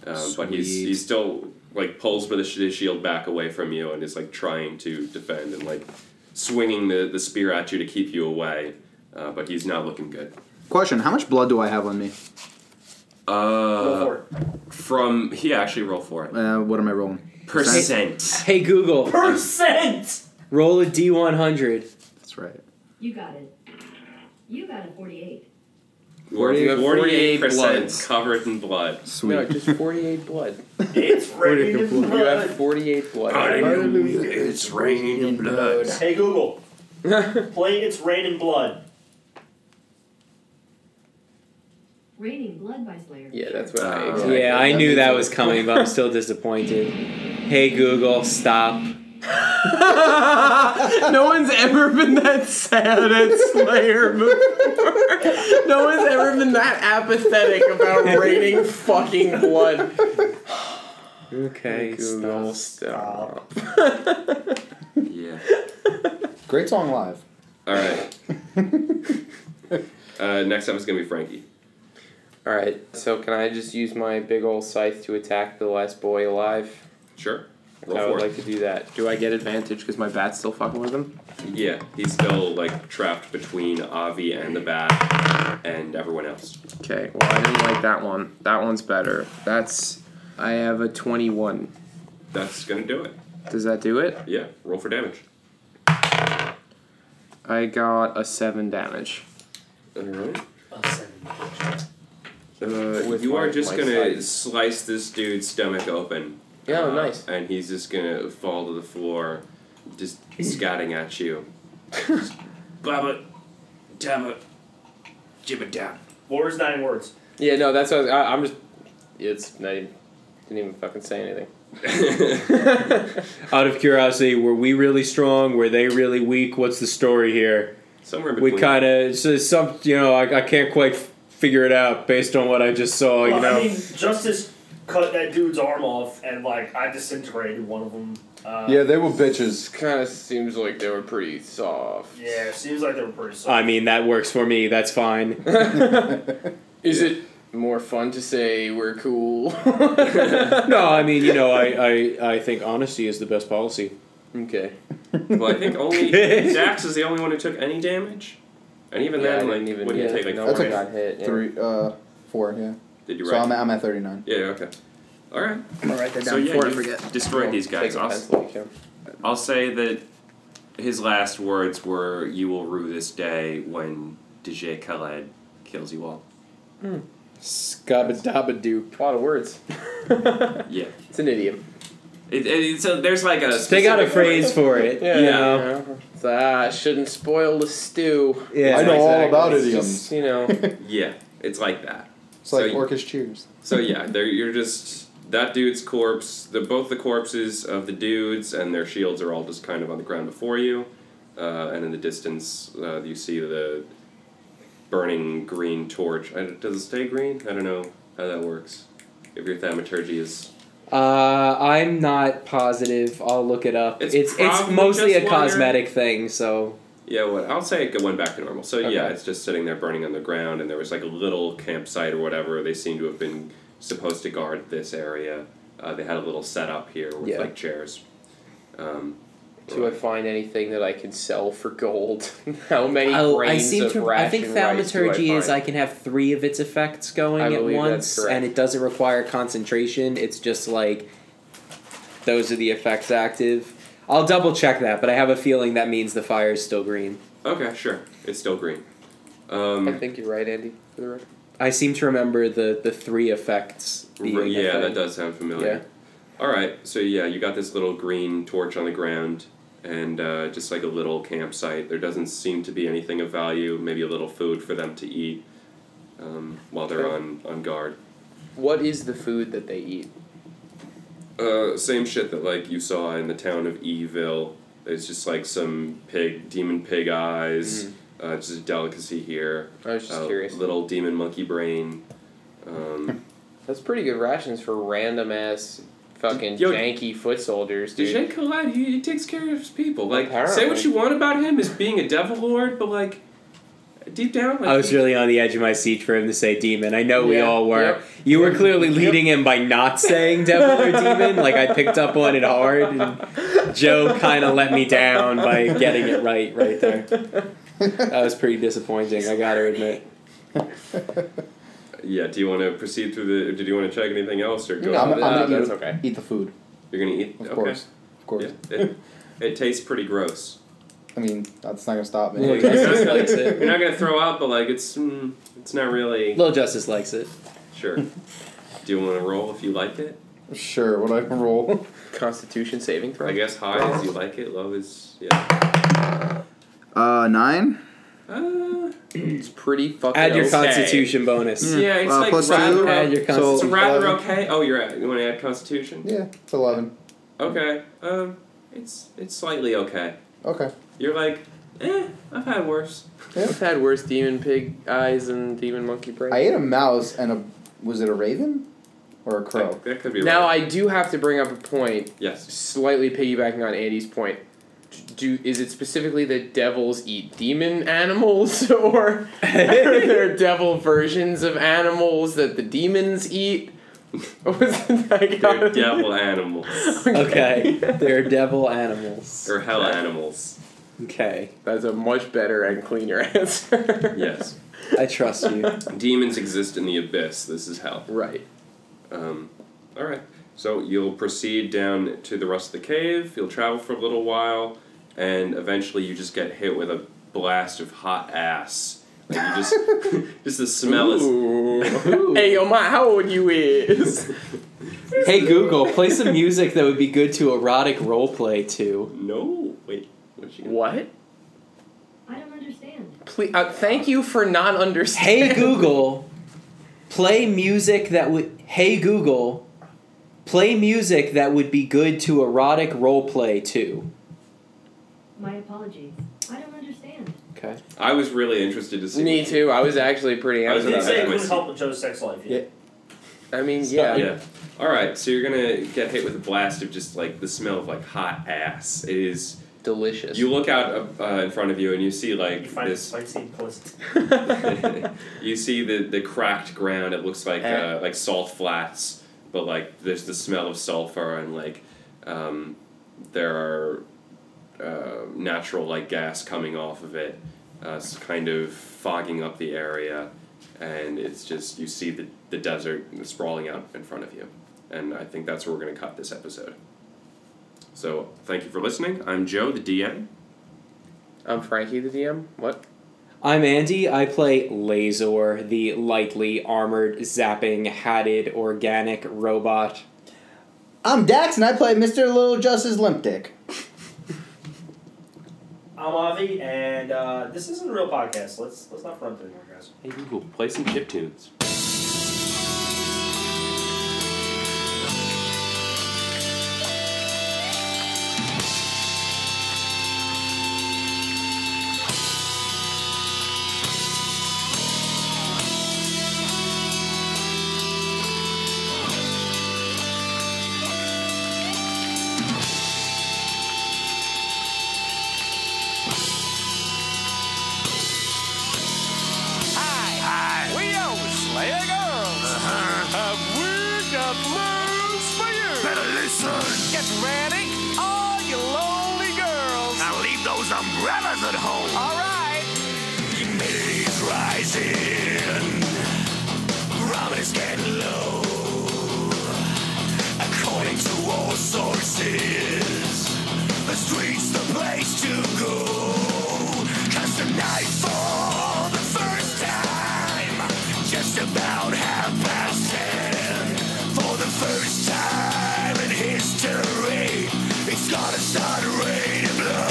A: um, but he's
D: Sweet.
A: he still like pulls with his sh- his shield back away from you and is like trying to defend and like swinging the, the spear at you to keep you away uh, but he's not looking good
D: Question: How much blood do I have on me?
E: Go
A: uh,
E: for it.
A: From he actually roll for it.
D: Uh, what am I rolling?
A: Percent.
C: Hey Google,
E: Percent.
C: roll a d100.
D: That's right.
I: You got it. You got a 48.
B: You have 48
A: Forty-eight percent
B: bloods.
A: covered in blood.
D: Sweet.
B: No, just 48 blood.
E: It's raining in
B: You have
E: blood.
B: 48 blood.
A: Hallelujah! It's raining in blood.
E: Hey Google, play "It's Rain and Blood."
I: Raining Blood by Slayer.
B: Yeah, that's what
A: Uh,
B: I
A: Yeah,
B: expected.
C: Yeah, I knew that was coming, but I'm still disappointed. Hey Google, stop.
B: no one's ever been that sad at Slayer before. No one's ever been that apathetic about raining fucking blood.
C: Okay,
B: Google,
C: stop.
B: stop.
A: Yeah.
F: great song live.
A: All right. Uh, next up is gonna be Frankie.
B: All right, so can I just use my big old scythe to attack the last boy alive?
A: Sure.
B: I
A: Roll
B: would
A: for
B: like
A: it.
B: to do that. Do I get advantage because my bat's still fucking with him?
A: Yeah, he's still like trapped between Avi and the bat and everyone else.
B: Okay, well, I didn't like that one. That one's better. That's. I have a 21.
A: That's gonna do it.
B: Does that do it?
A: Yeah. Roll for damage.
B: I got a 7 damage.
A: All right.
B: Uh,
A: you are just gonna slice this dude's stomach open.
B: Yeah,
A: Uh,
B: nice.
A: And he's just gonna fall to the floor, just scatting at you. Just Baba, dabba, jibba dab.
E: What was nine words?
B: Yeah, no, that's what I was, I, I'm just. It's not even. Didn't even fucking say anything.
C: Out of curiosity, were we really strong? Were they really weak? What's the story here?
A: Somewhere in
C: We
A: between.
C: kind of so some you know I, I can't quite f- figure it out based on what I just saw. Oh, You
E: Well, I mean,
C: know,
E: Justice cut that dude's arm off, and like I disintegrated one of them. Uh,
F: Yeah, they were bitches.
B: Kind of seems like they were pretty soft.
E: Yeah, seems like they were pretty soft.
C: I mean that works for me. That's fine.
B: Is it more fun to say we're cool?
C: No, I mean you know I I, I think honesty is the best policy.
B: okay.
A: Well, I think only Zax is the only one who took any damage. And even
B: Yeah, I
A: then,
B: didn't
A: like,
B: even-
A: what do you
B: yeah,
A: take? Like
B: no
A: four
B: one
F: a
A: damage?
B: got hit. yeah.
F: Three, uh, four. Yeah.
A: Did you
F: So
A: write?
F: I'm, at- I'm at 39.
A: yeah. Okay. All right.
D: I'm gonna write that down
A: so yeah,
D: before I
A: you
D: forget.
A: destroyed these guys.
B: Take a
A: I'll, s-
B: pencil, you can.
A: I'll say that his last words were, "You will rue this day when DJ Khaled kills you all."
C: Scabadabadoop. A lot of words.
A: Yeah.
B: It's an idiom.
A: It, it, so there's like a.
C: They got
A: specific
C: a
A: word.
C: phrase for it.
B: Yeah.
C: You know?
B: It's, ah, I shouldn't spoil the stew.
C: Yeah.
F: I know all
B: Exactly.
F: about
B: It's
F: idioms.
B: just, you know,
A: Yeah, it's like that.
F: It's
A: So
F: like
A: you-
F: Orcish Cheers.
A: So yeah, there you're just that dude's corpse. The both the corpses of the dudes and their shields are all just kind of on the ground before you, uh, and in the distance uh, you see the burning green torch. I, does it stay green? I don't know how that works. If your thaumaturgy is
C: Uh, I'm not positive. I'll look it up.
A: It's
C: It's it's,
A: probably
C: mostly
A: just
C: a
A: one year.
C: cosmetic thing, so
A: yeah, what I'll say it went back to normal. So yeah,
C: Okay.
A: it's just sitting there burning on the ground, and there was like a little campsite or whatever. They seem to have been supposed to guard this area. Uh, they had a little setup here with
C: Yeah.
A: like chairs. Um,
B: do I find anything that I can sell for gold? How many
C: I'll-
B: grains
C: Oh, I seem
B: of
C: to. I
B: ration
C: think
B: rice do I
C: thaumaturgy is
B: find?
C: I can have three of its effects going
B: I
C: at
B: believe that's
C: once,
B: correct.
C: and it doesn't require concentration. It's just like those are the effects active. I'll double check that, but I have a feeling that means the fire is still green.
A: Okay, sure. It's still green.
B: I
A: Um,
B: think you're right, Andy. For the record.
C: I seem to remember the the three effects. Being
A: r- yeah,
C: a
A: that
C: thing.
A: does sound familiar. All right, so yeah, you got this little green torch on the ground and uh, just like a little campsite. There doesn't seem to be anything of value, maybe a little food for them to eat um, while they're
B: Sure.
A: on, on guard.
B: What is the food that they eat?
A: Uh, same shit that like you saw in the town of Evil. It's just like some pig, demon pig eyes. Uh, just a delicacy here.
B: I was Mm-hmm. just
A: Uh,
B: curious.
A: Little demon monkey brain. Um,
B: That's pretty good rations for random ass fucking
A: Yo-
B: janky foot soldiers, dude.
A: DJ Khaled, he, he takes care of his people. Like, say what
B: Apparently.
A: you want about him as being a devil lord, but like, deep down, like,
C: I was
A: he-
C: really on the edge of my seat for him to say demon. I know we
B: Yeah,
C: all were.
B: yep.
C: You were clearly leading him by not saying devil or demon. Like I picked up on it hard, and Joe kind of let me down by getting it right right there. That was pretty disappointing. I gotta admit.
A: yeah. Do you want to proceed through the? Did you want to check anything else or go?
F: No, I'm, I'm
B: uh,
F: gonna
B: that's
F: eat,
B: okay.
F: eat the food,
A: You're gonna eat.
F: of
A: okay.
F: course, of course.
A: Yeah, it, it tastes pretty gross.
F: I mean, that's not gonna stop
A: Like,
F: me.
A: you're, not gonna,
C: Likes it.
A: you're not gonna throw out, but like, it's mm, it's not really
C: Little Justice likes it.
A: sure. Do you want to roll if you like it?
F: sure, what I can roll.
B: Constitution saving throw.
A: I guess high is you like it, low is yeah.
D: Uh, nine.
A: Uh,
B: It's pretty fucking.
C: Add your
B: okay. Mm.
C: constitution bonus.
A: yeah, it's
D: Uh,
A: like
D: plus
A: rather,
D: two?
C: Add
D: So-
C: your
A: it's
C: constitution.
A: rather
F: Eleven.
A: okay. Oh, you're at. You want to add Constitution?
F: yeah, it's eleven.
A: Okay. Um, it's it's slightly okay.
F: Okay.
A: You're like, eh, I've had worse.
B: I've had worse demon pig eyes and demon monkey brain.
F: I ate a mouse and a was it a raven or a crow?
A: That, that could be
B: now
A: right.
B: I do have to bring up a point,
A: yes.
B: slightly piggybacking on Andy's point. Do is it specifically that devils eat demon animals, or are there devil versions of animals that the demons eat? Was that
A: They're devil animals
C: Okay, they're devil animals.
A: or hell animals.
C: Okay,
B: That's a much better and cleaner answer.
A: Yes.
C: I trust you.
A: Demons exist in the abyss. This is hell.
B: Right.
A: Um, all right. So you'll proceed down to the rest of the cave. You'll travel for a little while, and eventually you just get hit with a blast of hot ass. Like you just, just the smell is
B: Hey, yo, my, how old you is?
C: Hey Google, play some music that would be good to erotic roleplay to.
A: no. Wait, what's she? gonna-
B: What?
I: I don't understand.
B: Please, uh, thank you for not understanding.
C: Hey Google, play music that would. Hey Google, play music that would be good to erotic roleplay too.
I: My apologies. I don't understand.
C: Okay.
A: I was really interested to see.
B: Me too. I was actually pretty
A: I was
E: It
B: angry
A: gonna
B: about
E: did say it
B: that.
E: wouldn't help with Joe's sex life. Yeah.
B: I mean, yeah.
A: Yeah. All right, so you're gonna get hit with a blast of just like the smell of like hot ass. It is.
B: Delicious.
A: You look out uh, in front of you and you see
E: You
A: like
E: find
A: this.
E: might seem close.
A: you see the the cracked ground. It looks like
B: Eh.
A: uh, like salt flats, but like there's the smell of sulfur and like um, there are uh, natural like gas coming off of it, uh, s- kind of fogging up the area. and it's just you see the, the desert sprawling out in front of you. And I think that's where we're going to cut this episode. So thank you for listening. I'm Joe, the DM.
B: I'm Frankie the DM. What?
C: I'm Andy. I play Lazor, the lightly armored, zapping, hatted, organic robot.
F: I'm Dax, and I play Mr. Little Justice Limp Dick.
E: I'm Avi, and uh, this isn't a real podcast. Let's let's not front anymore, guys.
A: Hey Google, play some chip tunes.
J: Hi. We own Slayer Girls. Uh-huh. Have we got news for you? Better listen. Get ready, all you lonely girls. Now leave those umbrellas at home. All right. The is rising. Rum is getting low. According to all sources, the street's the place to go. Cause the nightfall, the first time, just about half past ten. For the first time in history, it's gonna start raining blood.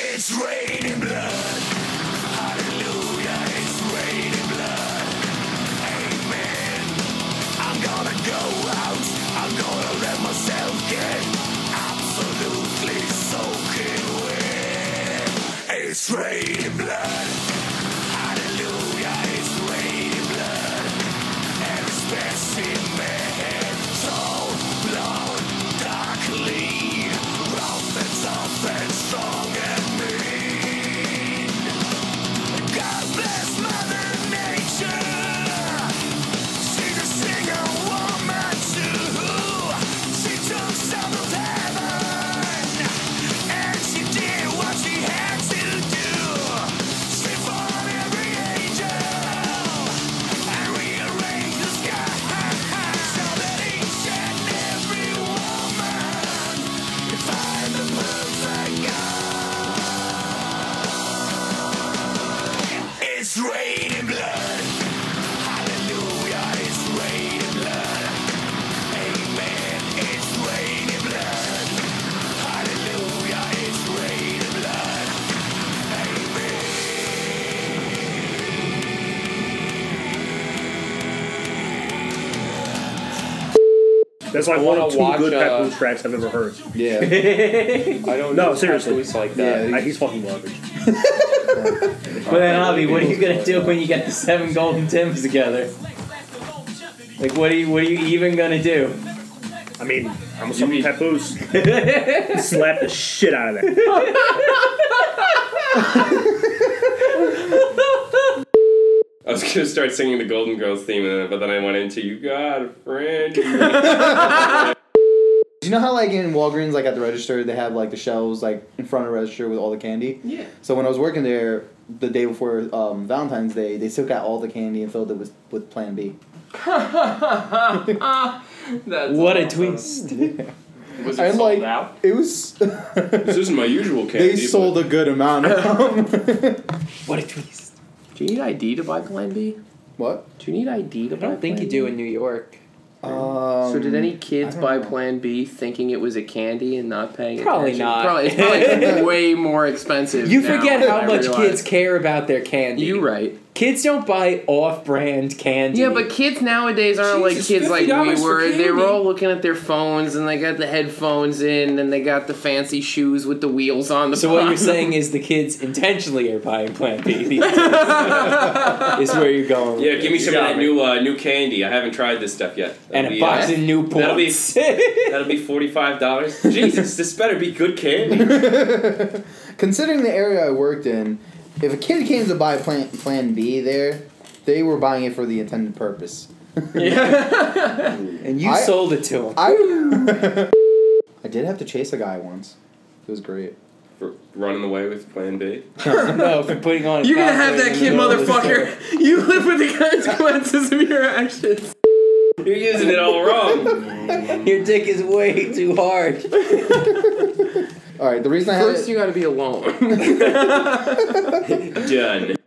J: It's raining blood. Hallelujah, it's raining blood. Amen. I'm gonna go out. I'm gonna let myself get absolutely soaking wet. It's raining blood. Hallelujah, it's raining blood. Every specimen so blown darkly. Rough and tough and strong and mean. God bless Mother Nature. She's a singer woman too. She took some of heaven and she did what she had to do. She fought every angel and rearranged the sky so that each and every woman could find the perfect God. It's raining blood. Hallelujah, it's raining blood. Amen, it's raining blood. Hallelujah, it's raining blood.
E: That's like one of
B: wanna
E: two
B: watch,
E: good Pet
B: uh,
E: Boys tracks I've ever heard.
F: Yeah.
B: I don't
E: No,
B: know
E: seriously.
B: tattoos like that.
F: yeah.
E: Like, he's fucking garbage.
C: But then, Avi, what are you gonna do when you get the seven golden tims together? Like, what are you? What are you even gonna do?
E: I mean, I'm a fucking Pet Boys. Slap the shit out of that.
A: I was gonna start singing the Golden Girls theme, and then- but then I went into "You Got a Friend."
F: Do you know how like in Walgreens, like at the register, they have like the shelves like in front of the register with all the candy?
B: Yeah.
F: So when I was working there the day before um, Valentine's Day, they took out all the candy and filled it with, with Plan B.
C: what a twist!
A: Was
F: And like
A: out?
F: it was
A: This isn't my usual candy.
F: they sold a good amount of them.
C: What a twist!
B: Do you need ID to buy Plan B?
F: what?
B: Do you need ID to
C: I
B: buy
C: don't think
B: Plan
C: you do in New York.
F: Um,
B: so did any kids
F: I don't
B: buy
F: know.
B: Plan B thinking it was a candy and not paying
C: Probably
B: attention?
C: not.
B: Probably It's probably way more expensive.
C: You
B: now
C: forget
B: than
C: how
B: I
C: much kids
B: realized.
C: care about their candy.
B: You right.
C: Kids don't buy off-brand candy.
B: Yeah, but kids nowadays aren't like
C: Jesus,
B: kids like
C: $50
B: we
C: for
B: were. They were
C: candy.
B: all looking at their phones and they got the headphones in and they got the fancy shoes with the wheels on the
C: So what you're
B: bottom.
C: saying is the kids intentionally are buying Plan B. these days, is where you're going. with
A: Yeah,
C: it.
A: give me some of
E: got
A: that
E: me.
A: new uh, new candy. I haven't tried this stuff yet. That'll
C: and a
A: be,
C: box
A: uh,
C: of Newports.
A: that'll be- That'll be forty five dollars. Jesus, this better be good candy.
F: Considering the area I worked in, if a kid came to buy Plan Plan B there, they were buying it for the intended purpose.
C: and you
F: I-
C: sold it to him.
F: I I did have to chase a guy once. It was great.
A: R- running away with Plan B.
C: no, for putting on.
B: You're gonna have that kid, motherfucker. You live with the consequences of your actions.
A: You're using it all wrong.
C: Your dick is way too hard.
F: All right, the reason I had
B: First,
F: it,
B: you gotta be alone.
A: Done.